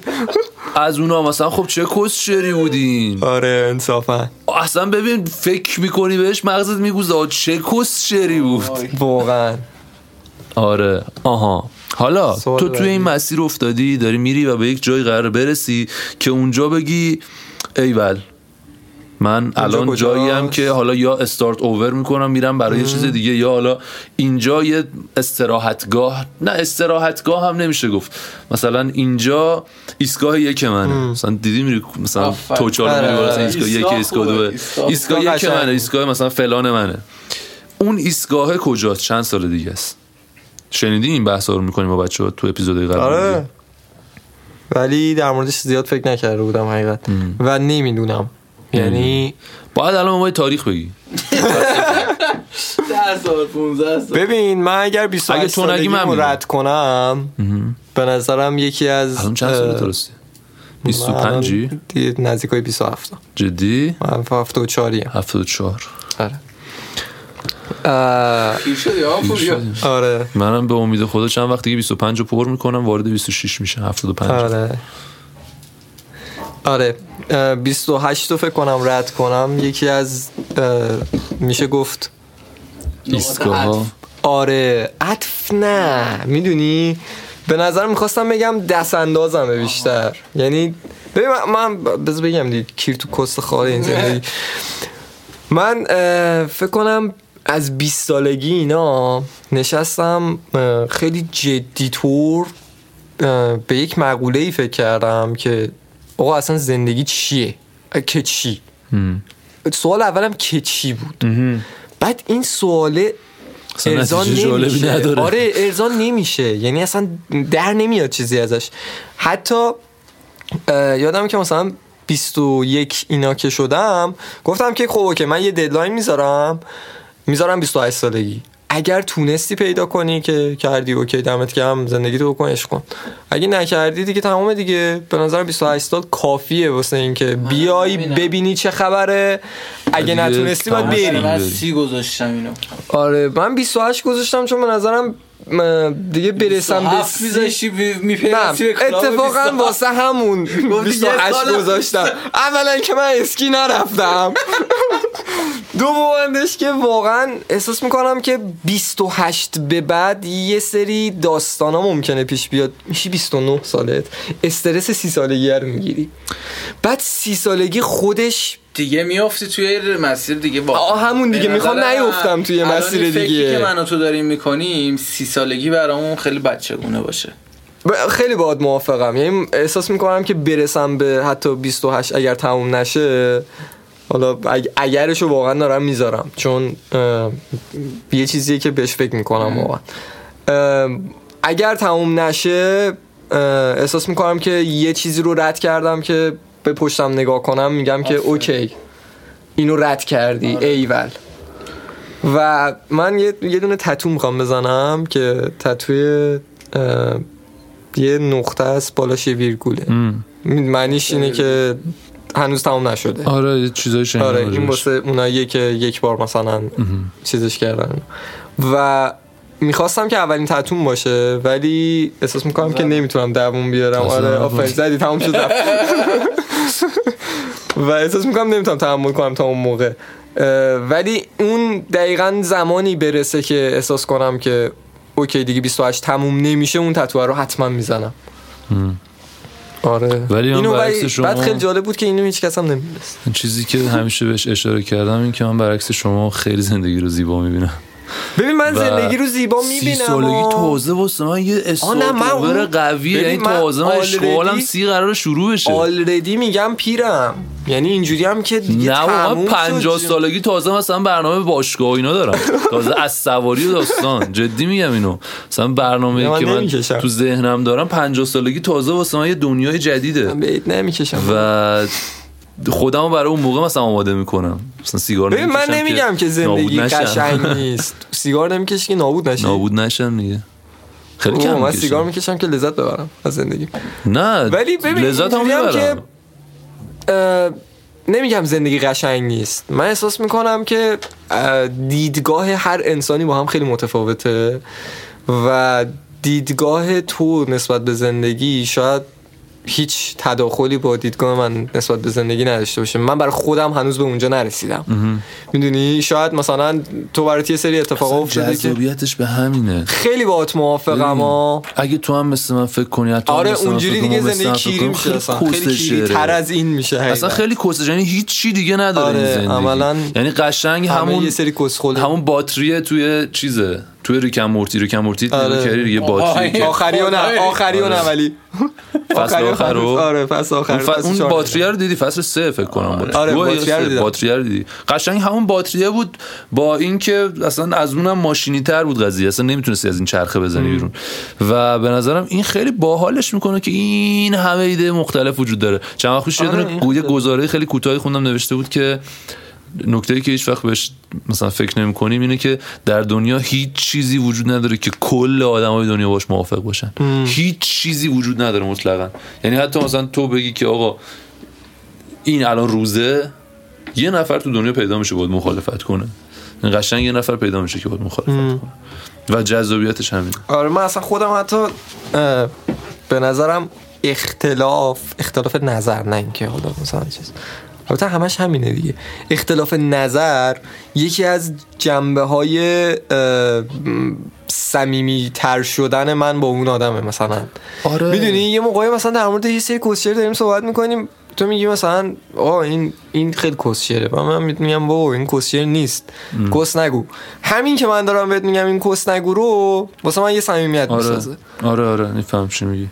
A: از اونا مثلا خب چه کس شری بودین
C: آره انصافا
A: اصلا ببین فکر میکنی بهش مغزت میگوزه چه کس شری بود
C: واقعا
A: آره آها حالا
C: سوال
A: تو توی
C: بعدی.
A: این مسیر افتادی داری میری و به یک جای قرار برسی که اونجا بگی ایول من الان
C: کجاست؟
A: جایی هم که حالا یا استارت اوور میکنم میرم برای یه چیز دیگه یا حالا اینجا یه استراحتگاه نه استراحتگاه هم نمیشه گفت مثلا اینجا ایستگاه یک منه مثلا دیدی میری مثلا
B: آفرین.
A: توچالو میری
C: آره،
A: مثلا
C: آره.
A: ایستگاه یک
B: ایستگاه
A: ایستگاه
B: خوبه.
A: دو
B: ایستگاه
A: ایستگاه یک
C: قشنگ.
A: منه ایستگاه مثلا فلان منه اون ایستگاه کجاست چند سال دیگه است شنیدین این بحثا رو میکنیم با بچه ها تو اپیزودهای قبل
C: آره ولی در موردش زیاد فکر نکرده بودم حقیقت و نمیدونم یعنی
A: باید الان ما یه تاریخ بگی
B: ده سال 15 سال
C: ببین من اگر 28
A: اگه تو نگی من
C: سالگیمو
A: میگم.
C: رد کنم به نظرم یکی از
A: الان چند سال درسته 25 ی؟
C: الان دیگه نزدیکای 27
A: جدی
C: من 74 ام
A: 74
C: آره اه،
B: پیر شدی آقا پور یا
C: آره
A: منم به امید خدا چند وقت دیگه 25 رو پر میکنم وارد 26 میشه 75
C: آره آره اه، 28 رو فکر کنم رد کنم یکی از اه، میشه گفت
A: ایستگاه ها
C: آره عطف نه میدونی به نظر میخواستم بگم دست اندازمه بیشتر یعنی ببین من- من ب- بذار بگم دیگه کیر تو کست خاله این زندگی من اه، فکر کنم از 20 سالگی اینا نشستم اه، خیلی جدی طور اه، به یک مقوله ای فکر کردم که آقا اصلا زندگی چیه اه، که چی سوال اولم که چی بود بعد این سواله
A: اصلا
C: ارزان
A: نتیجه جالبی
C: نمیشه
A: نداره.
C: آره ارزان نمیشه یعنی اصلا در نمیاد چیزی ازش حتی اه، یادم که مثلا 21 اینا که شدم گفتم که خب اوکی من یه ددلاین میذارم میذارم 28 سالگی اگر تونستی پیدا کنی که کردی اوکی دمت گرم زندگی تو بکن عشق کن اگه نکردی دیگه تمام دیگه به نظرم 28 سال کافیه واسه اینکه بیای
B: ببینم.
C: ببینی چه خبره اگه
A: آره، دیگه
C: نتونستی باید
A: تمام شد.
C: بری
B: من
A: بری.
B: سی گذاشتم اینو
C: آره من 28 گذاشتم چون به نظرم م، دیگه برسم به
B: هفت
C: سی
B: میذاشی
C: نه
B: میپیرسی
C: اتفاقا واسه همون
B: یه
C: 28
B: سالم.
C: گذاشتم اولا که من اسکی نرفتم دومندش که واقعا احساس میکنم که 28 به بعد یه سری داستانا ممکنه پیش بیاد میشی 29 سالت استرس سی سالگی رو میگیری بعد سی سالگی خودش
B: دیگه میافتی توی مسیر دیگه با
C: آه، همون دیگه. میخوام نیفتم توی مسیر دیگه.
B: که من و تو داریم میکنیم سی سالگی برامون خیلی بچگونه باشه
C: ب- خیلی باید موافقم یعنی احساس میکنم که برسم به حتی 28 اگر تموم نشه حالا اگ- اگرشو واقعا دارم میذارم چون اه، یه چیزیه که بهش فکر میکنم واقعا اه، اگر تموم نشه اه، احساس میکنم که یه چیزی رو رد کردم که به پشتم نگاه کنم میگم که اوکی اینو رد کردی ایول و من یه, یه دونه تتو میخوام بزنم که تتوی اه، یه نقطه است بالاش یه ویرگوله معنیش اینه که هنوز تمام نشده
A: آره یه چیزای شنیدم
C: آره این
A: راجبش.
C: واسه اوناییه که یک بار مثلا چیزش کردن و میخواستم که اولین تتون باشه ولی احساس میکنم که نمیتونم دووم بیارم
A: اصلا
C: آره
A: نبود.
C: آفرین زدی تموم شد رفت. و احساس میکنم نمیتونم تحمل کنم تا اون موقع اه، ولی اون دقیقا زمانی برسه که احساس کنم که اوکی دیگه 28 تموم نمیشه اون تتو رو حتما میزنم آره
A: ولی من
C: اینو
A: برعکس
C: بعد-
A: شما-
C: بعد خیلی جالب بود که اینو هیچ کس هم نمیدونست
A: چیزی که همیشه بهش اشاره کردم این که من برعکس شما خیلی زندگی رو زیبا میبینم
C: ببین من
A: و
C: زندگی رو زیبا
A: سی
C: میبینم
A: سالگی تازه واسه من یه
C: نه، من
A: استارتوور
C: اون-
A: قویه
C: ببین،
A: یعنی
C: من
A: تازه من
C: already-
A: اشغالم سی قرار شروع بشه
C: آلردی میگم پیرم یعنی اینجوری هم که دیگه
A: نه بابا، من
C: تموم شد.
A: 50 سالگی تازه مثلا برنامه باشگاه و اینا دارم تازه از سواری و داستان جدی میگم اینو مثلا برنامه
C: نه، من
A: که من
C: نمی‌کشم.
A: تو ذهنم دارم 50 سالگی تازه واسه من یه دنیای جدیده
C: من بهت نمیکشم
A: و خودمو برای اون موقع مثلا آماده میکنم مثلا سیگار
C: ببین من
A: نمی‌کشم
C: نمیگم که
A: نابود
C: زندگی
A: نشم.
C: قشنگ نیست سیگار نمیکشی که نابود نشی
A: نابود نشم دیگه خیلی
C: اوه،
A: کم
C: من
A: می‌کشم.
C: سیگار میکشم که لذت ببرم از زندگی
A: نه
C: ولی ببین
A: لذت هم
C: اینجوری هم
A: میبرم
C: که، اه، نمیگم زندگی قشنگ نیست من احساس میکنم که اه، دیدگاه هر انسانی با هم خیلی متفاوته و دیدگاه تو نسبت به زندگی شاید هیچ تداخلی با دیدگاه من نسبت به زندگی نداشته باشه من برای خودم هنوز به اونجا نرسیدم میدونی شاید مثلا تو برات یه سری اتفاقا افتاده که
A: جذابیتش به همینه
C: خیلی باهات موافقم ها
A: اگه تو هم مثل من فکر کنی حتی
C: آره
A: مثل من
C: اونجوری
A: فکر کنی،
C: دیگه
A: مثل
C: زندگی
A: من فکر کنی،
C: کیری میشه اصلا خیلی
A: کسشه.
C: کیری تر از این میشه
A: اصلا
C: حقیقتا.
A: خیلی کسش یعنی هیچ چی دیگه نداره
C: آره،
A: این زندگی
C: عملاً
A: یعنی قشنگ
C: همون
A: همون
C: یه سری کسخل
A: همون باتریه توی چیزه توی ریکم مورتی ریکم مورتی
C: آره.
A: یه باتری
B: آه،
A: که
C: آخری و نه آخری و نه ولی
A: فصل آره. آخر رو
C: آره فصل آخر
A: اون, ف...
C: فصل
A: اون
C: چهار.
A: باتریه رو دیدی فصل سه فکر کنم بود
C: آره،
A: دو یا
C: باتریه رو
A: سه،
C: دیدم.
A: باتریه رو دیدی قشنگ همون باتریه بود با اینکه اصلا از اونم ماشینی تر بود قضیه اصلا نمیتونستی از این چرخه بزنی بیرون و به نظرم این خیلی باحالش میکنه که این همه ایده مختلف وجود داره چند وقت پیش یه
C: آره،
A: دونه
C: این
A: گو- یه گزاره خیلی کوتاهی خوندم نوشته بود که نکته که هیچ وقت بهش مثلا فکر نمی کنیم اینه که در دنیا هیچ چیزی وجود نداره که کل آدمای دنیا باش موافق باشن هیچ چیزی وجود نداره مطلقا یعنی حتی مثلا تو بگی که آقا این الان روزه یه نفر تو دنیا پیدا میشه باید مخالفت کنه این قشنگ یه نفر پیدا میشه که باید مخالفت کنه و جذابیتش همین
C: آره من اصلا خودم حتی اه، به نظرم اختلاف اختلاف نظر نه اینکه حالا مثلا چیز البته همش همینه دیگه اختلاف نظر یکی از جنبه های سمیمی تر شدن من با اون آدمه مثلا
A: آره.
C: میدونی یه موقعی مثلا در مورد یه سری کوسچر داریم صحبت میکنیم تو میگی مثلا آه این این خیلی کسشیره و من بهت میگم بابا این کسشیر نیست کس نگو همین که من دارم بهت میگم این کس نگو رو واسه من یه صمیمیت
A: آره
C: میسازه
A: آره آره میفهم چی میگی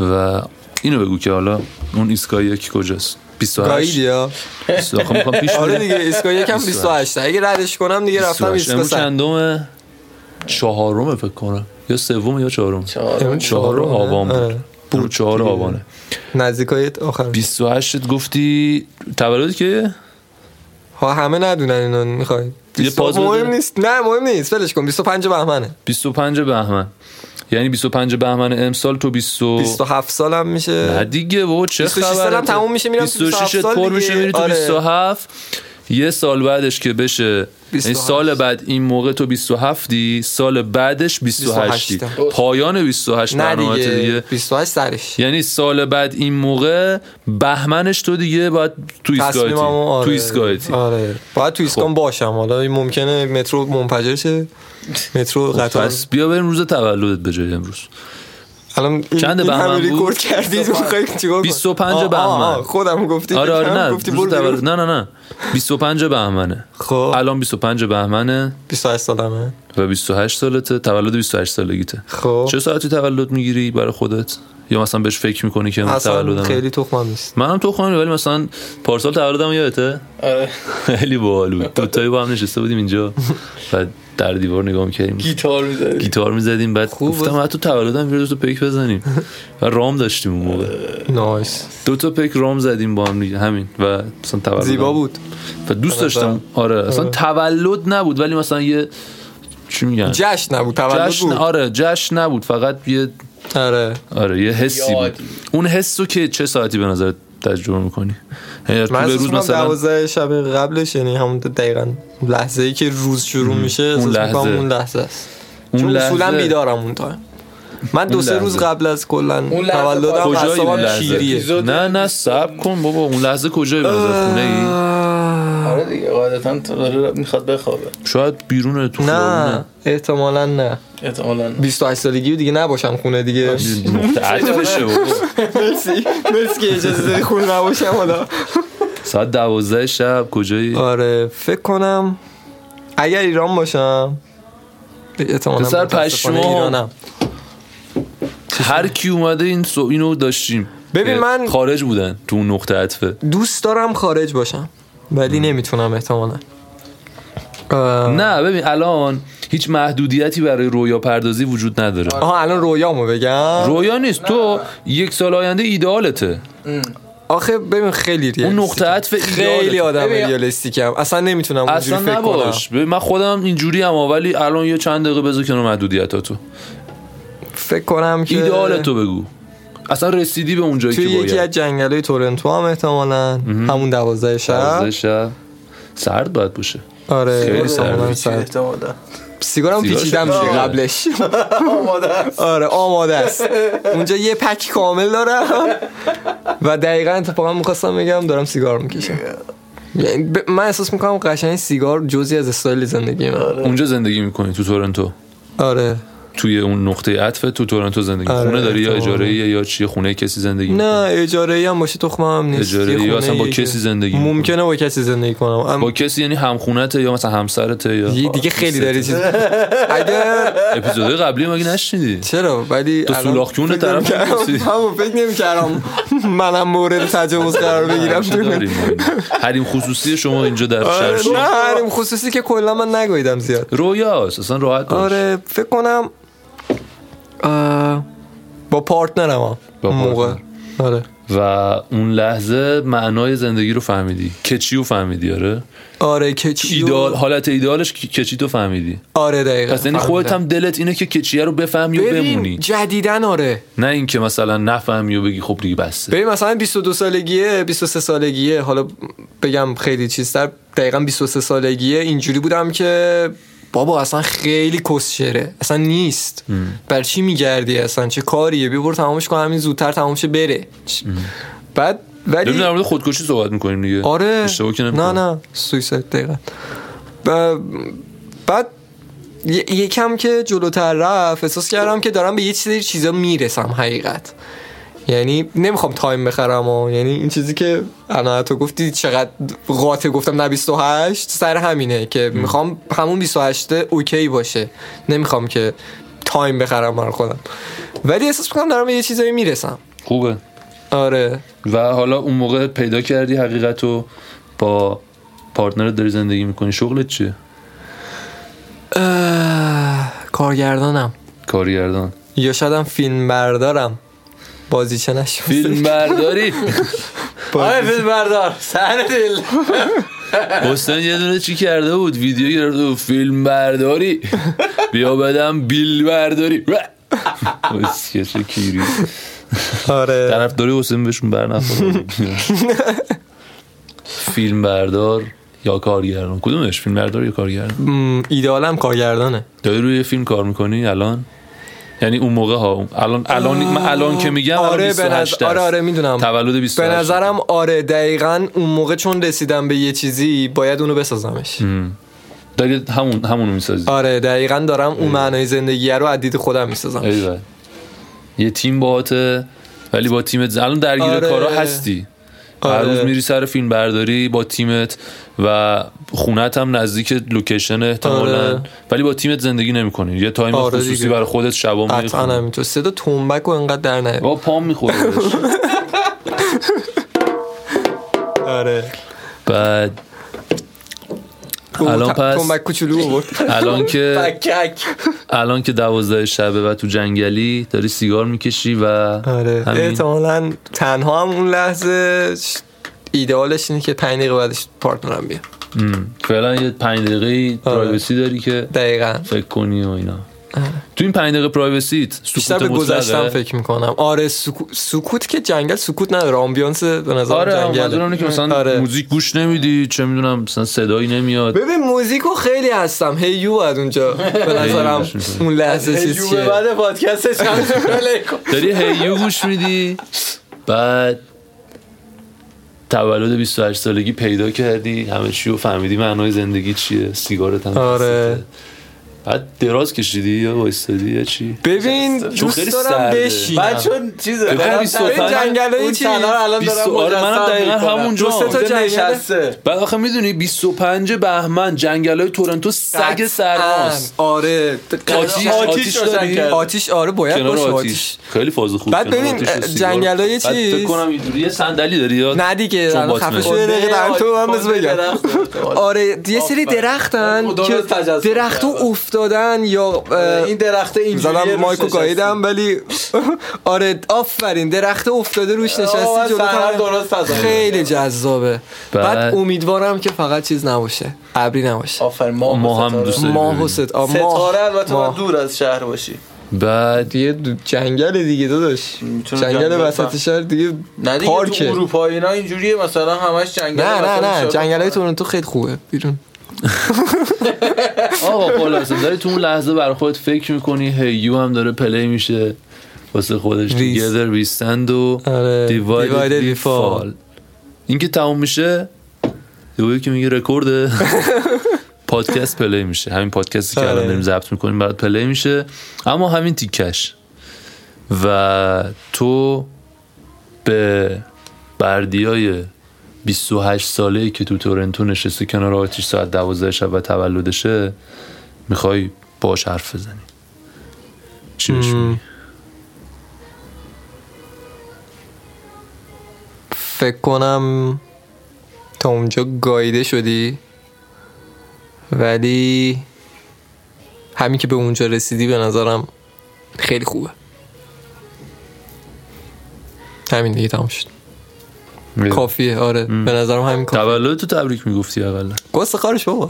A: و اینو بگو که حالا اون ایستگاه یک کجاست 28
C: گاییدی ها
A: بیست- آخه میخوام پیش
C: آره
A: بگم.
C: دیگه ایسکا یکم 28 اگه ردش کنم دیگه رفتم
A: 28.
C: ایسکا
A: امروز
C: سر
A: چندمه چهارمه فکر کنم یا سوم یا چهارم
B: چهارم.
A: چهار آبان
C: آره.
A: بود بود چهار آبانه
C: نزدیکای آخر
A: 28 گفتی تولد که
C: ها همه ندونن اینو میخوای
A: یه پاز بده.
C: مهم نیست نه مهم نیست ولش کن 25 بهمنه
A: 25 بهمن یعنی 25 بهمن امسال تو 20
C: 27 سالم
A: نه
C: میشه
A: دیگه بابا چه
C: 26
A: خبره
C: سالم
A: تو؟
C: تموم میشه میرم تو
A: 26
C: 27
A: پر
C: دیگه.
A: میشه میری تو
C: آره.
A: 27 یه سال بعدش که بشه یعنی
C: 27.
A: سال بعد این موقع تو 27 دی سال بعدش 28 دی
C: 28.
A: پایان 28
C: نه
A: برنامه
C: دیگه,
A: دیگه
C: 28 سرش
A: یعنی سال بعد این موقع بهمنش تو دیگه باید تو ایستگاهتی
C: تصمیممو آره.
A: تو ایستگاهتی
C: آره باید تو ایستگاه
A: خب.
C: باشم حالا این ممکنه مترو منفجر شه مترو قطار
A: خب، پس بیا بریم روز تولدت به جای امروز
C: الان این,
A: چند
C: این
A: بهمن
C: همه
A: بود؟
C: ریکورد کردید میخوای چیکار کنی؟
A: 25
C: آه، آه، آه،
A: بهمن.
C: خودم گفتی
A: آره آره
C: یکم
A: نه
C: گفتی
A: روز
C: برو
A: تولد
C: بیرون.
A: نه نه نه 25 بهمنه
C: خب
A: الان 25 بهمنه
C: 28 سالمه
A: و 28 سالته تولد 28 سالگیته
C: خب
A: چه ساعتی تولد میگیری برای خودت یا مثلا بهش فکر میکنی که من
C: اصلا
A: تولدم
C: خیلی تخمم نیست
A: منم تو خونه ولی مثلا پارسال تولدم یادته
B: آره.
A: خیلی باحال بود دوتایی با هم نشسته بودیم اینجا و در دیوار نگاه میکردیم
B: گیتار میزدی
A: گیتار میزدیم بعد
C: خوب
A: گفتم
C: بود.
A: حتی تولدم یه روز تو پیک بزنیم و رام داشتیم اون
C: آره.
A: موقع
C: نایس
A: دو تا پیک رام زدیم با هم دیگه همین و مثلا تولدم
C: زیبا بود
A: و دوست داشتم آره اصلا تولد نبود ولی مثلا یه چی میگن
C: جشن نبود تولد
A: جشن
C: بود
A: آره جشن نبود فقط یه
C: آره
A: آره یه حسی بود
B: یادی.
A: اون حس رو که چه ساعتی به نظر تجربه میکنی یعنی
C: من
A: طول روز مثلا
C: دوازده شب قبلش یعنی همون دقیقا لحظه ای که روز شروع میشه احساس
A: اون
C: میکنم
A: لحظه.
C: اون لحظه است
A: اون
C: چون اصولا
A: لحظه.
C: بیدارم اون تا من دو
A: اون
C: سه روز
A: لحظه.
C: قبل از کلا
B: لحظه
C: تولدم
B: کجایی
A: کجایی اون
C: اعصابم شیریه
A: لحظه
B: اپیزود-
A: نه نه سب کن بابا اون لحظه کجایی به نظر خونه ای
B: آره دیگه قاعدتا داره میخواد بخوابه
A: شاید بیرون تو
C: نه
A: خیابونه.
C: احتمالا نه
B: احتمالاً
C: 28 سالگی دیگه نباشم خونه دیگه
A: متعجب بشه بابا
C: مرسی مرسی که اجازه دادی خونه نباشم حالا
A: ساعت دوازده شب کجایی
C: آره فکر کنم اگر ایران باشم احتمالاً
A: پسر
C: متاسفانه
A: پشمام.
C: ایرانم.
A: هر کی اومده این سو اینو داشتیم
C: ببین
A: که
C: من-
A: خارج بودن تو اون نقطه عطفه
C: دوست دارم خارج باشم ولی نمیتونم احتمالا اه،
A: نه ببین الان هیچ محدودیتی برای رویا پردازی وجود نداره
C: آها الان رویامو بگم
A: رویا نیست تو یک سال آینده ایدالته
C: آخه ببین خیلی ریالیستیکم
A: اون نقطه عطف
C: خیلی
A: ایدآله.
C: آدم
A: ببین-
C: ریالیستیکم اصلا نمیتونم اونجوری
A: اصلا
C: فکر
A: نباش ببین، من خودم اینجوری هم ولی الان یه چند دقیقه بذار کنار محدودیتاتو
C: کنم فکر کنم که
A: ایدئال تو بگو اصلا رسیدی به اونجایی
C: توی
A: که
C: یکی از
A: باید
C: جنگلای تورنتو هم احتمالا همون دوازده شب
A: دوازده شب سرد باید باشه
C: آره
A: خیلی
C: احتمالاً
A: سرد.
C: سرد.
B: احتمالاً
C: سیگارم
A: سیگارش
C: پیچیدم دیگه
A: آره.
C: قبلش آره آماده است اونجا یه پک کامل دارم و دقیقا اتفاقا میخواستم بگم دارم سیگار میکشم یعنی ب- من احساس میکنم قشنگ سیگار جزی از استایل زندگی من
A: اونجا زندگی میکنی تو تورنتو
C: آره
A: توی اون نقطه عطف تو تورنتو زندگی
C: آره،
A: خونه داری یا
C: احتمالاً.
A: اجاره یا چیه خونه کسی زندگی
C: نه اجاره ای هم باشه تخمه هم نیست
A: اجاره
C: یه
A: یا اصلا با
C: خونه‌ایه که
A: کسی زندگی می‌کنی؟
C: ممکنه با کسی زندگی کنم ام-
A: با کسی یعنی همخونته یا مثلا همسرته
C: یه
A: یا
C: دیگه خیلی داری چیز اگر
A: اپیزودهای قبلی مگه نشنیدی
C: چرا ولی
A: تو
C: الان
A: سولاخ جون
C: فکر
A: طرف
C: نمی‌کردم.
A: می‌پرسی.
C: همون فکر نمیکردم منم مورد تجاوز قرار بگیرم
A: همیشه
C: تو
A: داریم ما اینو. حریم خصوصی شما اینجا در
C: آره
A: شرشی
C: نه حریم خصوصی که کلا من نگویدم زیاد
A: رویاست اصلا راحت باش
C: آره فکر کنم اه، با پارتنرم هم
A: با
C: اون موقع
A: پارتنر.
C: آره
A: و اون لحظه معنای زندگی رو فهمیدی کچی رو فهمیدی آره
C: آره که چی
A: ایدال حالت ایدالش کچی تو فهمیدی
C: آره دقیقا
A: پس یعنی خودت هم دلت اینه که کچیه رو بفهمی و
C: ببین
A: بمونی
C: جدیدن آره
A: نه اینکه مثلا نفهمی و بگی خب دیگه بسه
C: ببین مثلا 22 سالگیه 23 سالگیه حالا بگم خیلی چیزتر دقیقا 23 سالگیه اینجوری بودم که بابا اصلا خیلی کسشره اصلا نیست بر چی میگردی اصلا چه کاریه بیا برو تمامش کن همین زودتر تمامش بره چ- بعد
A: داریم
C: ولی
A: در مورد خودکشی صحبت میکنیم دیگه
C: آره
A: اشتباه که
C: نه
A: نمی‌کنم.
C: نه سویساید دقیقا ب- بعد ی- یکم که جلوتر رفت احساس کردم که دارم به یه چیزی چیزا میرسم حقیقت یعنی نمیخوام تایم بخرم و یعنی این چیزی که الان تو گفتی چقدر قاطع گفتم نه 28 سر همینه که میخوام همون 28 اوکی باشه نمیخوام که تایم بخرم برای خودم ولی احساس میکنم دارم به یه چیزایی میرسم
A: خوبه
C: آره
A: و حالا اون موقع پیدا کردی حقیقت رو با پارتنرت داری زندگی میکنی شغلت چیه
C: اه... کارگردانم
A: کارگردان
C: یا شاید هم فیلم بردارم بازیچه نشد
A: فیلم برداری
B: آره فیلم بردار سهر دل
A: حسین یه دونه چی کرده بود ویدیو گرفته بود فیلم برداری بیا بدم بیل برداری اسکش کیری
C: آره
A: طرف داری حسین بهشون برنخوره فیلم بردار یا کارگردان کدومش فیلم بردار یا کارگردان
C: م، ایدئالم کارگردانه
A: داری روی یه فیلم کار میکنی الان یعنی اون موقع ها الان الان من الان که میگم الان
C: آره به
A: 28
C: نظر آره
A: است.
C: آره میدونم
A: تولد
C: به
A: 28
C: نظرم آره دقیقا اون موقع چون رسیدم به یه چیزی باید اونو بسازمش
A: داری همون همونو میسازی
C: آره دقیقا دارم اون معنای زندگی رو از دید خودم میسازم
A: ایول. یه تیم باهاته ولی با تیمت الان درگیر
C: آره.
A: کارا هستی هر
C: آره.
A: روز میری سر فیلم برداری با تیمت و خونت هم نزدیک لوکیشن احتمالا
C: آره.
A: ولی با تیمت زندگی نمیکنی یه تایم
C: آره
A: خصوصی
C: دیگه.
A: برای خودت شبا
C: قطعا
A: میخونی
C: همینطور صدا تنبک و انقدر در نیار.
A: با پام میخوره
C: آره
A: بعد الان
C: ت-
A: پس-
C: تنبک کوچولو آورد
A: الان که
B: بکک
A: الان که دوازده شبه و تو جنگلی داری سیگار میکشی و
C: آره
A: همین
C: احتمالا تنها هم اون لحظه ش- ایدئالش اینه که پنج دقیقه بعدش پارتنرم بیا
A: م. فعلا یه پنج دقیقه
C: آره.
A: پرایوسی داری که
C: دقیقا
A: فکر کنی و اینا تو این پنج دقیقه پرایوسیت سکوت
C: بیشتر به
A: مطلقه؟
C: گذشتم فکر میکنم آره سکو- سکوت که جنگل سکوت نداره آمبیانس به نظر
A: آره منظورم
C: جنگل آره.
A: اینه که مثلا موزیک گوش نمیدی چه میدونم مثلا صدایی نمیاد
C: ببین موزیکو خیلی هستم هیو باید اونجا به نظرم
A: گوش می‌کنی.
C: اون لحظه چیز
B: یوبه
C: چیه
B: بعد پادکستش هم
A: داری هیو گوش میدی بعد تولد 28 سالگی پیدا کردی همه چی رو فهمیدی معنای زندگی چیه سیگارت هم
C: آره.
A: دستته. بعد دراز کشیدی یا وایستادی یا چی
C: ببین دوست
A: خیلی
C: دارم
A: سرده.
C: بشینم
B: بعد چون چیز
A: ببین،
B: دارم
A: بیست و
B: تنها-
A: پنج-
C: جنگل
B: اون
C: چی؟
B: تنها رو الان
A: بیست
B: دارم
A: و- آره، منم
B: مجسم
A: دقیقاً
B: می‌کنم.
A: همونجا.
B: دو سه تا
C: اونجا
B: جنگله.
C: نشسته.
A: بعد آخه میدونی 25 بهمن جنگلای تورنتو سگ سرماست
C: آره
A: آتیش
C: آتیش-
A: آتیش داری
C: آتیش آره باید
A: کنار
C: باشه
A: آتیش
C: آتیش
A: خیلی فاز خوب
C: بعد ببین، جنگلای
A: چی فکر
C: چیز-
A: کنم اینجوری یه صندلی داری یا
C: نه دیگه
A: چون
C: الان
A: باتمنه.
C: خفه شو یه دقیقه در تو من بز
B: خود
C: بگم
B: خب، درخت افتاد.
C: آره یه سری
B: آفرین.
C: درختن
B: درست
C: که
B: تجسم
C: درختو
B: کردم.
C: افتادن یا اه،
B: این درخت اینجوریه
C: زدم
B: روش
C: مایکو
B: نشستی.
C: گاییدم ولی آره آفرین درخت افتاده روش
B: آه،
C: نشستی جلو
B: سرحد درست تزدم.
C: خیلی جذابه
A: بعد-
C: بعد, امیدوارم که فقط چیز نباشه ابری نباشه
B: آفرین ما
A: ما هم دوست داریم
C: ماه
A: ببینیم.
C: و ست آه، ماه.
B: ستاره البته باید
C: ماه.
B: دور از شهر باشی
A: بعد
C: دیگه دو- جنگل دیگه داداش
B: میتونه
C: جنگل
B: جنگل
C: وسط
B: بم-
C: شهر دیگه
B: نه دیگه تو
C: پارکه
B: اروپا اینا اینجوریه مثلا همش جنگل
C: نه نه
B: مثلا
C: نه
B: شهر.
C: جنگل های تورنتو خیلی خوبه بیرون
A: آقا خلاصه داری تو اون لحظه بر خودت فکر میکنی هیو هم داره پلی میشه واسه خودش
C: ریز.
A: together we stand و
C: آره.
A: divided
C: Divided
A: we
C: we fall.
A: fall. این که تموم میشه یهویی که میگه رکورده پادکست پلی میشه همین پادکستی که
C: آره.
A: الان داریم ضبط میکنیم برات پلی میشه اما همین تیکش و تو به بردیای 28 ساله که تو تورنتو نشسته کنار آتیش ساعت 12 شب و تولدشه میخوای باش حرف بزنی چی بهش میگی؟
C: فکر کنم تا اونجا گایده شدی ولی همین که به اونجا رسیدی به نظرم خیلی خوبه همین دیگه تمام شد
A: میگی؟
C: کافیه آره به نظرم همین کافیه
A: تولد تو تبریک میگفتی اقلا
C: گست خارش بابا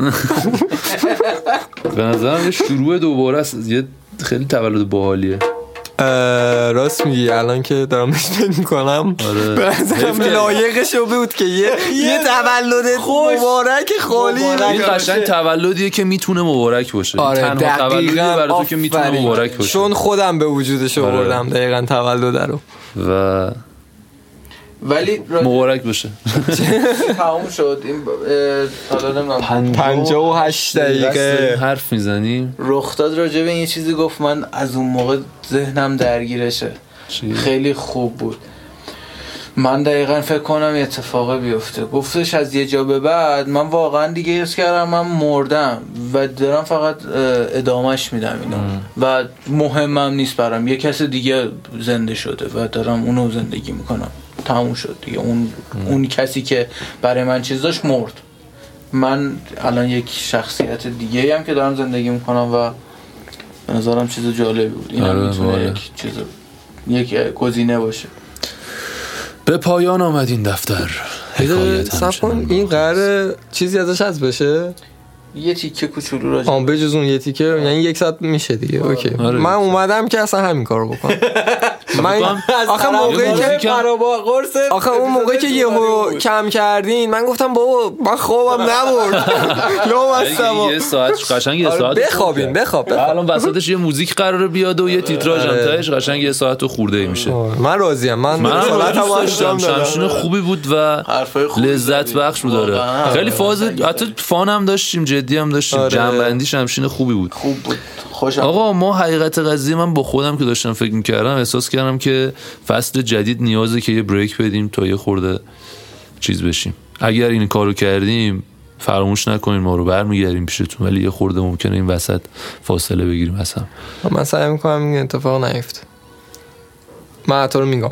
A: به نظرم یه شروع دوباره است یه خیلی تولد باحالیه
C: اه، راست میگی الان که دارم بهش فکر میکنم
A: آره. خب،
C: به نظرم لایقش رو بود که یه یه تولد مبارک خالی
A: این قشنگ تولدیه که میتونه مبارک باشه
C: آره
A: تنها تولدیه
C: دقیقاً
A: برای تو که میتونه
C: آفرین.
A: مبارک باشه
C: چون خودم به وجودش آوردم دقیقا تولد رو
A: و
B: ولی را-
A: مبارک باشه
B: تموم شد این ب- اه، حالا نمیدونم
C: پنجا و هشت
A: داریم
C: دقیقه
A: حرف میزنیم
B: رخداد راجع به یه چیزی گفت من از اون موقع ذهنم درگیرشه
A: چی؟
B: خیلی خوب بود من دقیقا فکر کنم یه اتفاقه بیفته گفتش از یه جا به بعد من واقعا دیگه حس کردم من مردم و دارم فقط اه، ادامهش میدم اینو و مهمم نیست برام یه کس دیگه زنده شده و دارم اونو زندگی میکنم تموم شد دیگه اون, اون کسی که برای من چیز داشت مرد من الان یک شخصیت دیگه هم که دارم زندگی میکنم و به نظرم چیز جالبی بود این
A: آره،
B: میتونه
A: والا.
B: یک چیز یک اه، گزینه باشه
A: به پایان آمد این دفتر حکایت
C: سب کن
A: همچنان
C: این
A: باقی است.
C: قرار چیزی ازش از بشه
B: یه تیکه کوچولو راجع
C: آن بجز اون یه تیکه یعنی یک ساعت میشه دیگه اوکی
A: آره.
C: من اومدم که اصلا همین کارو بکنم من آخه موقعی
A: یه
C: که
A: موزیک هم-
C: آخه اون موقعی که یهو کم کردین من گفتم بابا من خوابم نبرد یا
A: یه
C: مستم
A: ساعت قشنگ یه
C: آره،
A: ساعت
C: بخوابین بخواب بخواب.
A: الان وسطش یه موزیک قراره بیاد و یه تیتراژ هم تهش قشنگ یه ساعت و خورده ای میشه
C: آره، من راضیم من
A: من هم
C: رسالتم
A: دوست
C: رو انجام
A: داشتم
C: دادم.
A: شمشین خوبی بود و
B: حرفای خوبی
A: لذت
B: زدی.
A: بخش بود داره
B: واقعا.
A: خیلی فاز حتی فان هم داشتیم جدی هم داشتیم
C: آره.
A: جنبندی شمشین خوبی بود
B: خوب بود خوشم
A: آقا ما حقیقت قضیه من با خودم که داشتم فکر میکردم احساس کردم که فصل جدید نیازه که یه بریک بدیم تا یه خورده چیز بشیم اگر این کارو کردیم فراموش نکنین ما رو برمیگردیم پیشتون ولی یه خورده ممکنه این وسط فاصله بگیریم اصلا
C: خب من سعی میکنم این اتفاق نیفته من حتی رو میگم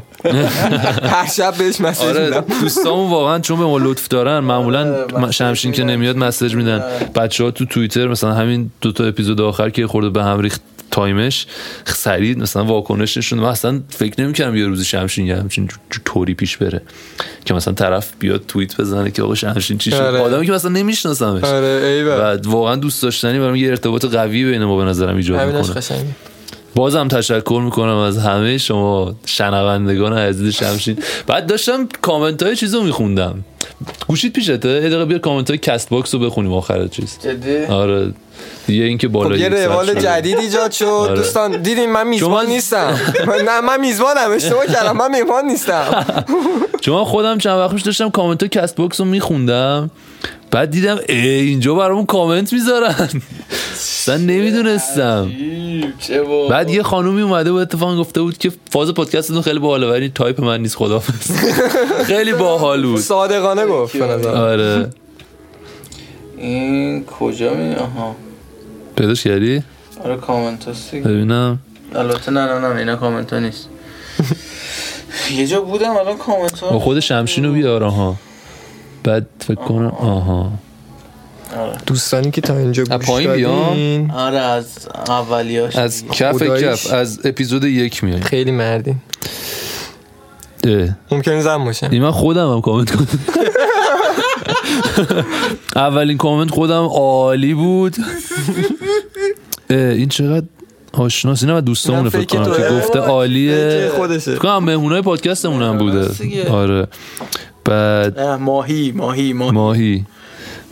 C: هر شب بهش مسیج
A: آره
C: میدم
A: دوستامون واقعا چون به ما لطف دارن معمولا م- شمشین که نمیاد مسج میدن بچه ها تو توییتر مثلا همین دو تا اپیزود آخر که خورده به هم ریخت تایمش خرید مثلا واکنش نشون من اصلا فکر نمیکردم یه روزی شمشین یه همچین جو- جو- طوری پیش بره که مثلا طرف بیاد توییت بزنه که آقا شمشین چی شد
C: آره.
A: آدمی که مثلا نمیشناسمش
C: آره ایول
A: و واقعا دوست داشتنی برام یه ارتباط قوی بین ما به نظرم ایجاد
C: همینش
A: میکنه
C: قشنگه
A: بازم تشکر میکنم از همه شما شنوندگان عزیز شمشین بعد داشتم کامنت های چیز رو میخوندم گوشید پیشته یه دقیقه بیا کامنت های کست باکس رو بخونیم آخر چیز
B: جدی
A: آره دیگه اینکه بالا
C: خب یه
A: یک ساعت
C: روال
A: شده.
C: جدید ایجاد شد دوستان دیدین من میزبان
A: شما-
C: نیستم من- نه من میزبانم اشتباه کردم من مهمان نیستم
A: چون من خودم چند وقت پیش داشتم کامنت های کست باکس رو میخوندم بعد دیدم ای اینجا برامون کامنت میذارن من نمیدونستم
B: چه با
A: بعد یه خانومی اومده بود اتفاقا گفته بود که فاز پادکستتون خیلی باحاله ولی تایپ من نیست خداحافظ خیلی باحال بود
C: صادقانه گفت به نظر
A: آره
B: این کجا می آها
A: پیداش کردی؟
B: آره کامنت هست دیگه.
A: ببینم
B: البته نه نه نه اینا کامنت ها نیست یه جا بودم الان کامنت
A: با
B: ها
A: خود شمشین رو بیار آها بعد فکر کنم آها
C: دوستانی که تا اینجا
A: از
C: گوش
A: پایین بیام؟
C: دادین
B: آره از اولیاش
A: از
B: دیگه.
A: کف
C: خداییش.
A: کف از اپیزود یک میایم
C: خیلی مردین ممکن زن باشه
A: من خودم هم کامنت کنم اولین کامنت خودم عالی بود اه، این چقدر آشناس اینم از دوستامونه
C: اینم
A: فکر
C: فکر
A: کنم که
C: توه.
A: گفته
C: فکر
A: عالیه
C: خودشه.
A: فکر کنم مهمونای پادکستمون هم بوده آره بعد
B: نه، ماهی ماهی ماهی
A: ماهی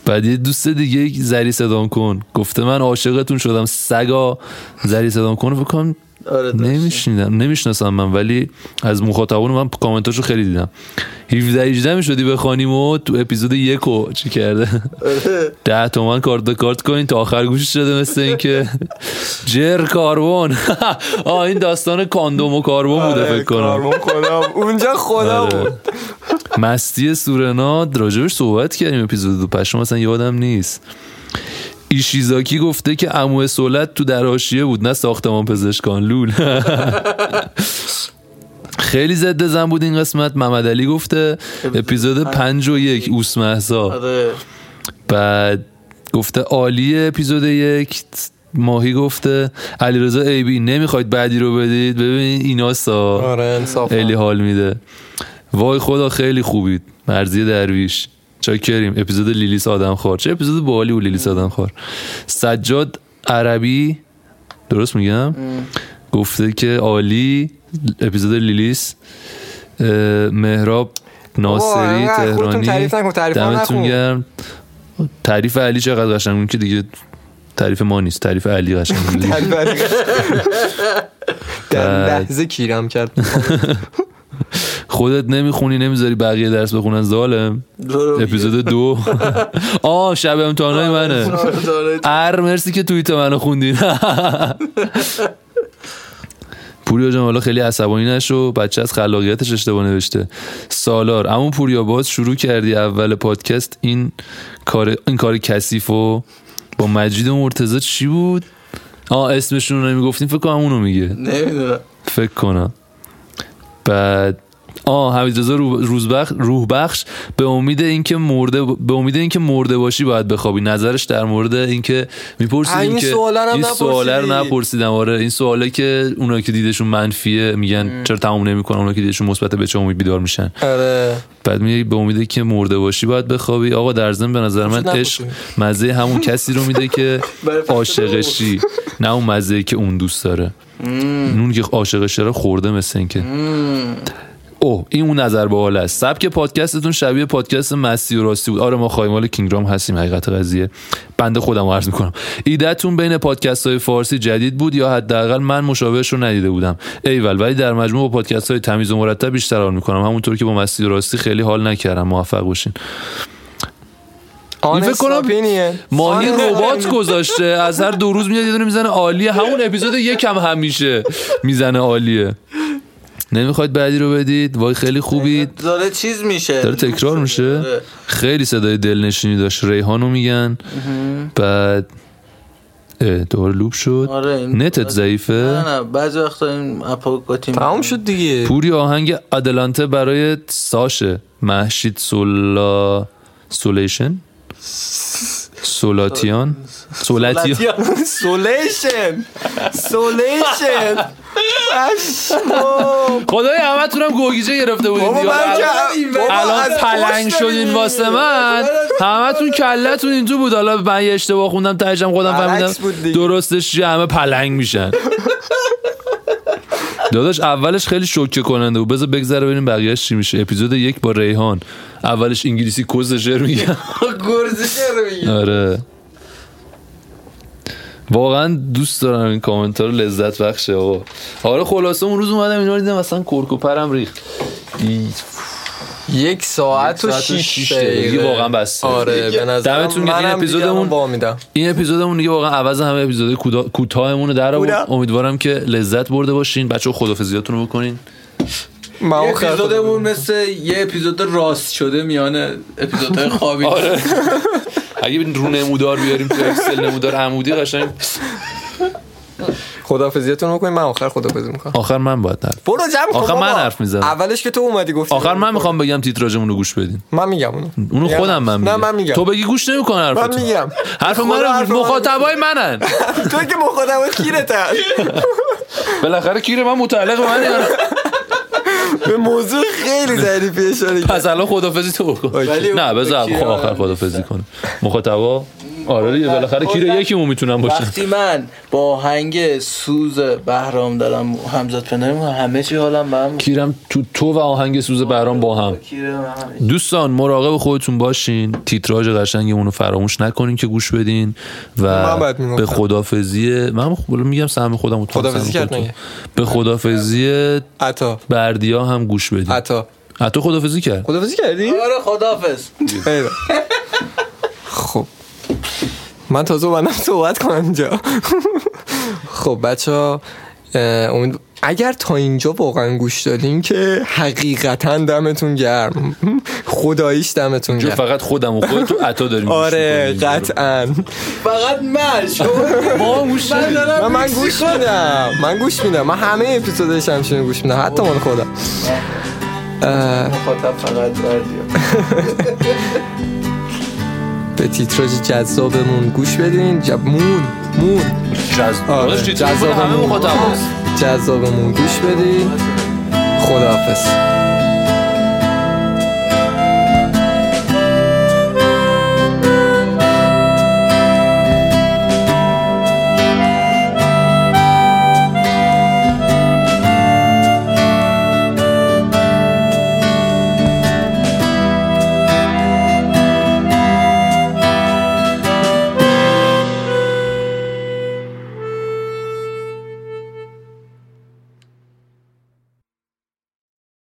A: بعد یه دوست دیگه زری صدام کن گفته من عاشقتون شدم سگا زری صدام کن فکر کنم
B: آره
A: نمیشنیدم نمیشناسم من ولی از مخاطبون من کامنتاشو خیلی دیدم 17 18 میشدی بخوانیم و تو اپیزود یکو چی کرده 10 تومن کارت به کارت کنین تا آخر گوش شده مثل اینکه جر کاربون آه این داستان کاندوم و کاربون بوده فکر کنم
C: کاربون آره، خدا بود. اونجا خدا
A: آره.
C: بود
A: مستی سورناد راجبش صحبت کردیم اپیزود دو پشم اصلا یادم نیست ایشیزاکی گفته که عمو سولت تو در حاشیه بود نه ساختمان پزشکان لول خیلی ضد زن بود این قسمت محمد علی گفته اپیزود پنج و یک اوس مهسا
B: آره
A: بعد گفته عالی اپیزود یک ماهی گفته علیرضا ایبی نمیخواید بعدی رو بدید ببین اینا سا
C: آره انصافا
A: خیلی حال میده وای خدا خیلی خوبید مرزی درویش چاکریم اپیزود لیلیس آدم خار چه اپیزود باحالی بود لیلیس آدم خار سجاد عربی درست میگم گفته که عالی اپیزود لیلیس اه، مهراب
C: بابا،
A: ناصری
C: انقدر خودتون
A: تهرانی
C: تعریف نکن، تعریف ها
A: دمتون
C: نخون.
A: گرم تعریف علی چقدر قشنگ بود که دیگه تعریف ما نیست تعریف علی قشنگ بود.
C: در لحظه کیرم کرد
A: خودت نمیخونی نمیذاری بقیه درس بخونن ظالم
B: درو
A: اپیزود دو آه شب امتحانای منه
B: آره.
A: ار مرسی که توییت منو خوندین پوریا جان حالا خیلی عصبانی نشو بچه از خلاقیتش اشتباه نوشته سالار اما پوریا باز شروع کردی اول پادکست این کار این کار کثیفو با مجید مرتضی چی بود آه اسمشون رو نمیگفتیم فکر کنم اونو میگه
F: نمیدونم
A: فکر کنم بعد آ حمیدرضا رو- روزبخش روحبخش به امید اینکه مرده به امید اینکه مرده باشی باید بخوابی نظرش در مورد اینکه میپرسیدیم
C: این
A: که
C: سوالا رو هم
A: این سوالا رو
C: نپرسیدی.
A: نپرسیدم آره این سواله که اونایی که دیدشون منفیه میگن چرا تموم نمیکنن اونایی که دیدشون مثبت به چه امید بیدار میشن
C: آره
A: بعد میگه به امید که مرده باشی باید بخوابی آقا در ضمن به نظر من
C: نپرسیدی.
A: عشق مزه همون کسی رو میده که عاشقشی نه اون مزه که اون دوست داره نون که عاشقشه رو خورده مثل این که او این اون نظر به حال است سبک پادکستتون شبیه پادکست مسی و راستی بود آره ما خایمال کینگرام هستیم حقیقت قضیه بنده خودم رو عرض میکنم ایدهتون بین پادکست های فارسی جدید بود یا حداقل من مشابهش رو ندیده بودم ایول ولی در مجموع با پادکست های تمیز و مرتب بیشتر حال میکنم همونطور که با مسی و راستی خیلی حال نکردم موفق باشین
C: آن
A: فکر کنم- ماهی
C: آره.
A: ربات گذاشته از هر دو روز میاد یه دونه میزنه عالیه همون اپیزود یکم همیشه میزنه عالیه نمیخواید بعدی رو بدید وای خیلی خوبید
F: داره چیز میشه
A: داره تکرار میشه
F: آره.
A: خیلی صدای دلنشینی داشت ریحانو میگن بعد اه، دوباره لوب شد
F: آره این-
A: نتت ضعیفه
F: نه نه بعضی وقتا این اپاگاتی
C: تمام شد دیگه
A: پوری آهنگ ادلانته برای ساشه محشید سولا سولیشن سولاتیان سولاتیان
C: سولیشن سولیشن
A: خدای همتون هم گوگیجه گرفته بودین
C: بابا
A: دیگه. آره.
C: من که- بابا
A: الان
C: از
A: پلنگ
C: پشت
A: شدین
C: ببینی.
A: واسه من همتون کلتون این تو بود حالا من یه اشتباه خوندم تهشم خودم
C: برعکس
A: فهمیدم
C: بود دیگه.
A: درستش چیه همه پلنگ میشن داداش اولش خیلی شوکه کننده بود بذار بگذره ببینیم بقیه‌اش چی میشه اپیزود یک با ریحان اولش انگلیسی کز شعر میگم
F: گرزشه رو میگه
A: آره واقعا دوست دارم این کامنت رو لذت بخشه آقا آره خلاصه اون روز اومدم اینا رو دیدم اصلا کرکوپرم ریخت ای،
C: یک ساعت و
A: ساعت و
C: شیش
A: شیش دقیقه. دیگه
C: دقیقه
A: واقعا بسته.
C: آره به نظرم
A: دمتون گرم. این
C: منم دیگه
A: اپیزودمون-
C: الان وا میدم
A: این اپیزودمون دیگه واقعا عوض همه اپیزود کودا- کوتاهمون رو در آورد
C: بودم.
A: امیدوارم که لذت برده باشین بچه خدافزیاتون رو بکنین
C: من
B: یه
C: اون خرخ
B: اپیزودمون مثل یه اپیزود راست شده میان اپیزودهای خوابی
A: آره. اگه رو نمودار بیاریم تو اکسل نمودار عمودی قشنگ
C: خدافظیتون رو کنیم من آخر خدافظی میکنم
A: آخر من باید حرف
C: برو جمع کن
A: آخر من
C: بابا.
A: حرف میزنم.
C: اولش که تو اومدی گفتی
A: آخر من میخوام بگم تیتراژمون رو گوش بدین
C: من میگم اونو
A: اونو
C: میگم.
A: خودم من میگم
C: نه من میگم
A: تو بگی گوش نمیکنه حرفتو
C: من میگم
A: حرف
C: خدا
A: من
C: حرف من
A: مخاطبای منن
C: تو که مخاطبات کیرت
A: بالاخره کیر من متعلق منه
C: به موضوع خیلی ظریفی اشاره کردی.
A: پس الان خدافزی تو بکن
C: ولی
A: نه بذار خب،
F: کیر
A: آخر
F: من.
A: خدافزی کنه مخاطبا آره دیگه بالاخره کیر یکیمون میتونم باشم
F: وقتی من با آهنگ سوز بهرام دارم همزاد پندارم همه چی حالم به هم
A: کیرم تو تو و آهنگ سوز بهرام با هم
F: کیره به هم.
A: دوستان مراقب خودتون باشین تیتراژ قشنگمون رو فراموش نکنین که گوش بدین و
C: من باید میگفتم.
A: به خدافزی من خب میگم سهم خودم تو هم سهم
C: خداحافظی کرد
A: خودتون.
C: مگه؟
A: به خدافزی
C: عطا
A: بردیا هم گوش بدین
C: عطا
A: حتی خدافزی کرد
C: خدافظی کردی
F: آره خدافز
C: خیلی. خب من تازه اومدم صحبت کنم اینجا خب بچه ها امید اگر تا اینجا واقعا گوش دادین که حقیقتا دمتون گرم خداییش دمتون
A: چون
C: گرم
A: فقط خودم و خودت تو عطا داریم گوش
C: آره
A: می‌کنیم.
C: قطعا
F: فقط من شما گوش من دارم
C: من, من گوش میدم من گوش میدم من همه اپیزودش همچنین گوش میدم حتی مال خودم
F: مخاطب فقط بردیا
C: به تیتراژ جذابمون گوش بدین جب مون مون
A: جذاب
C: آره،
A: آره. جذاب همه
C: جذابمون.
A: مخاطب
C: جذابمون گوش بدین خداحافظ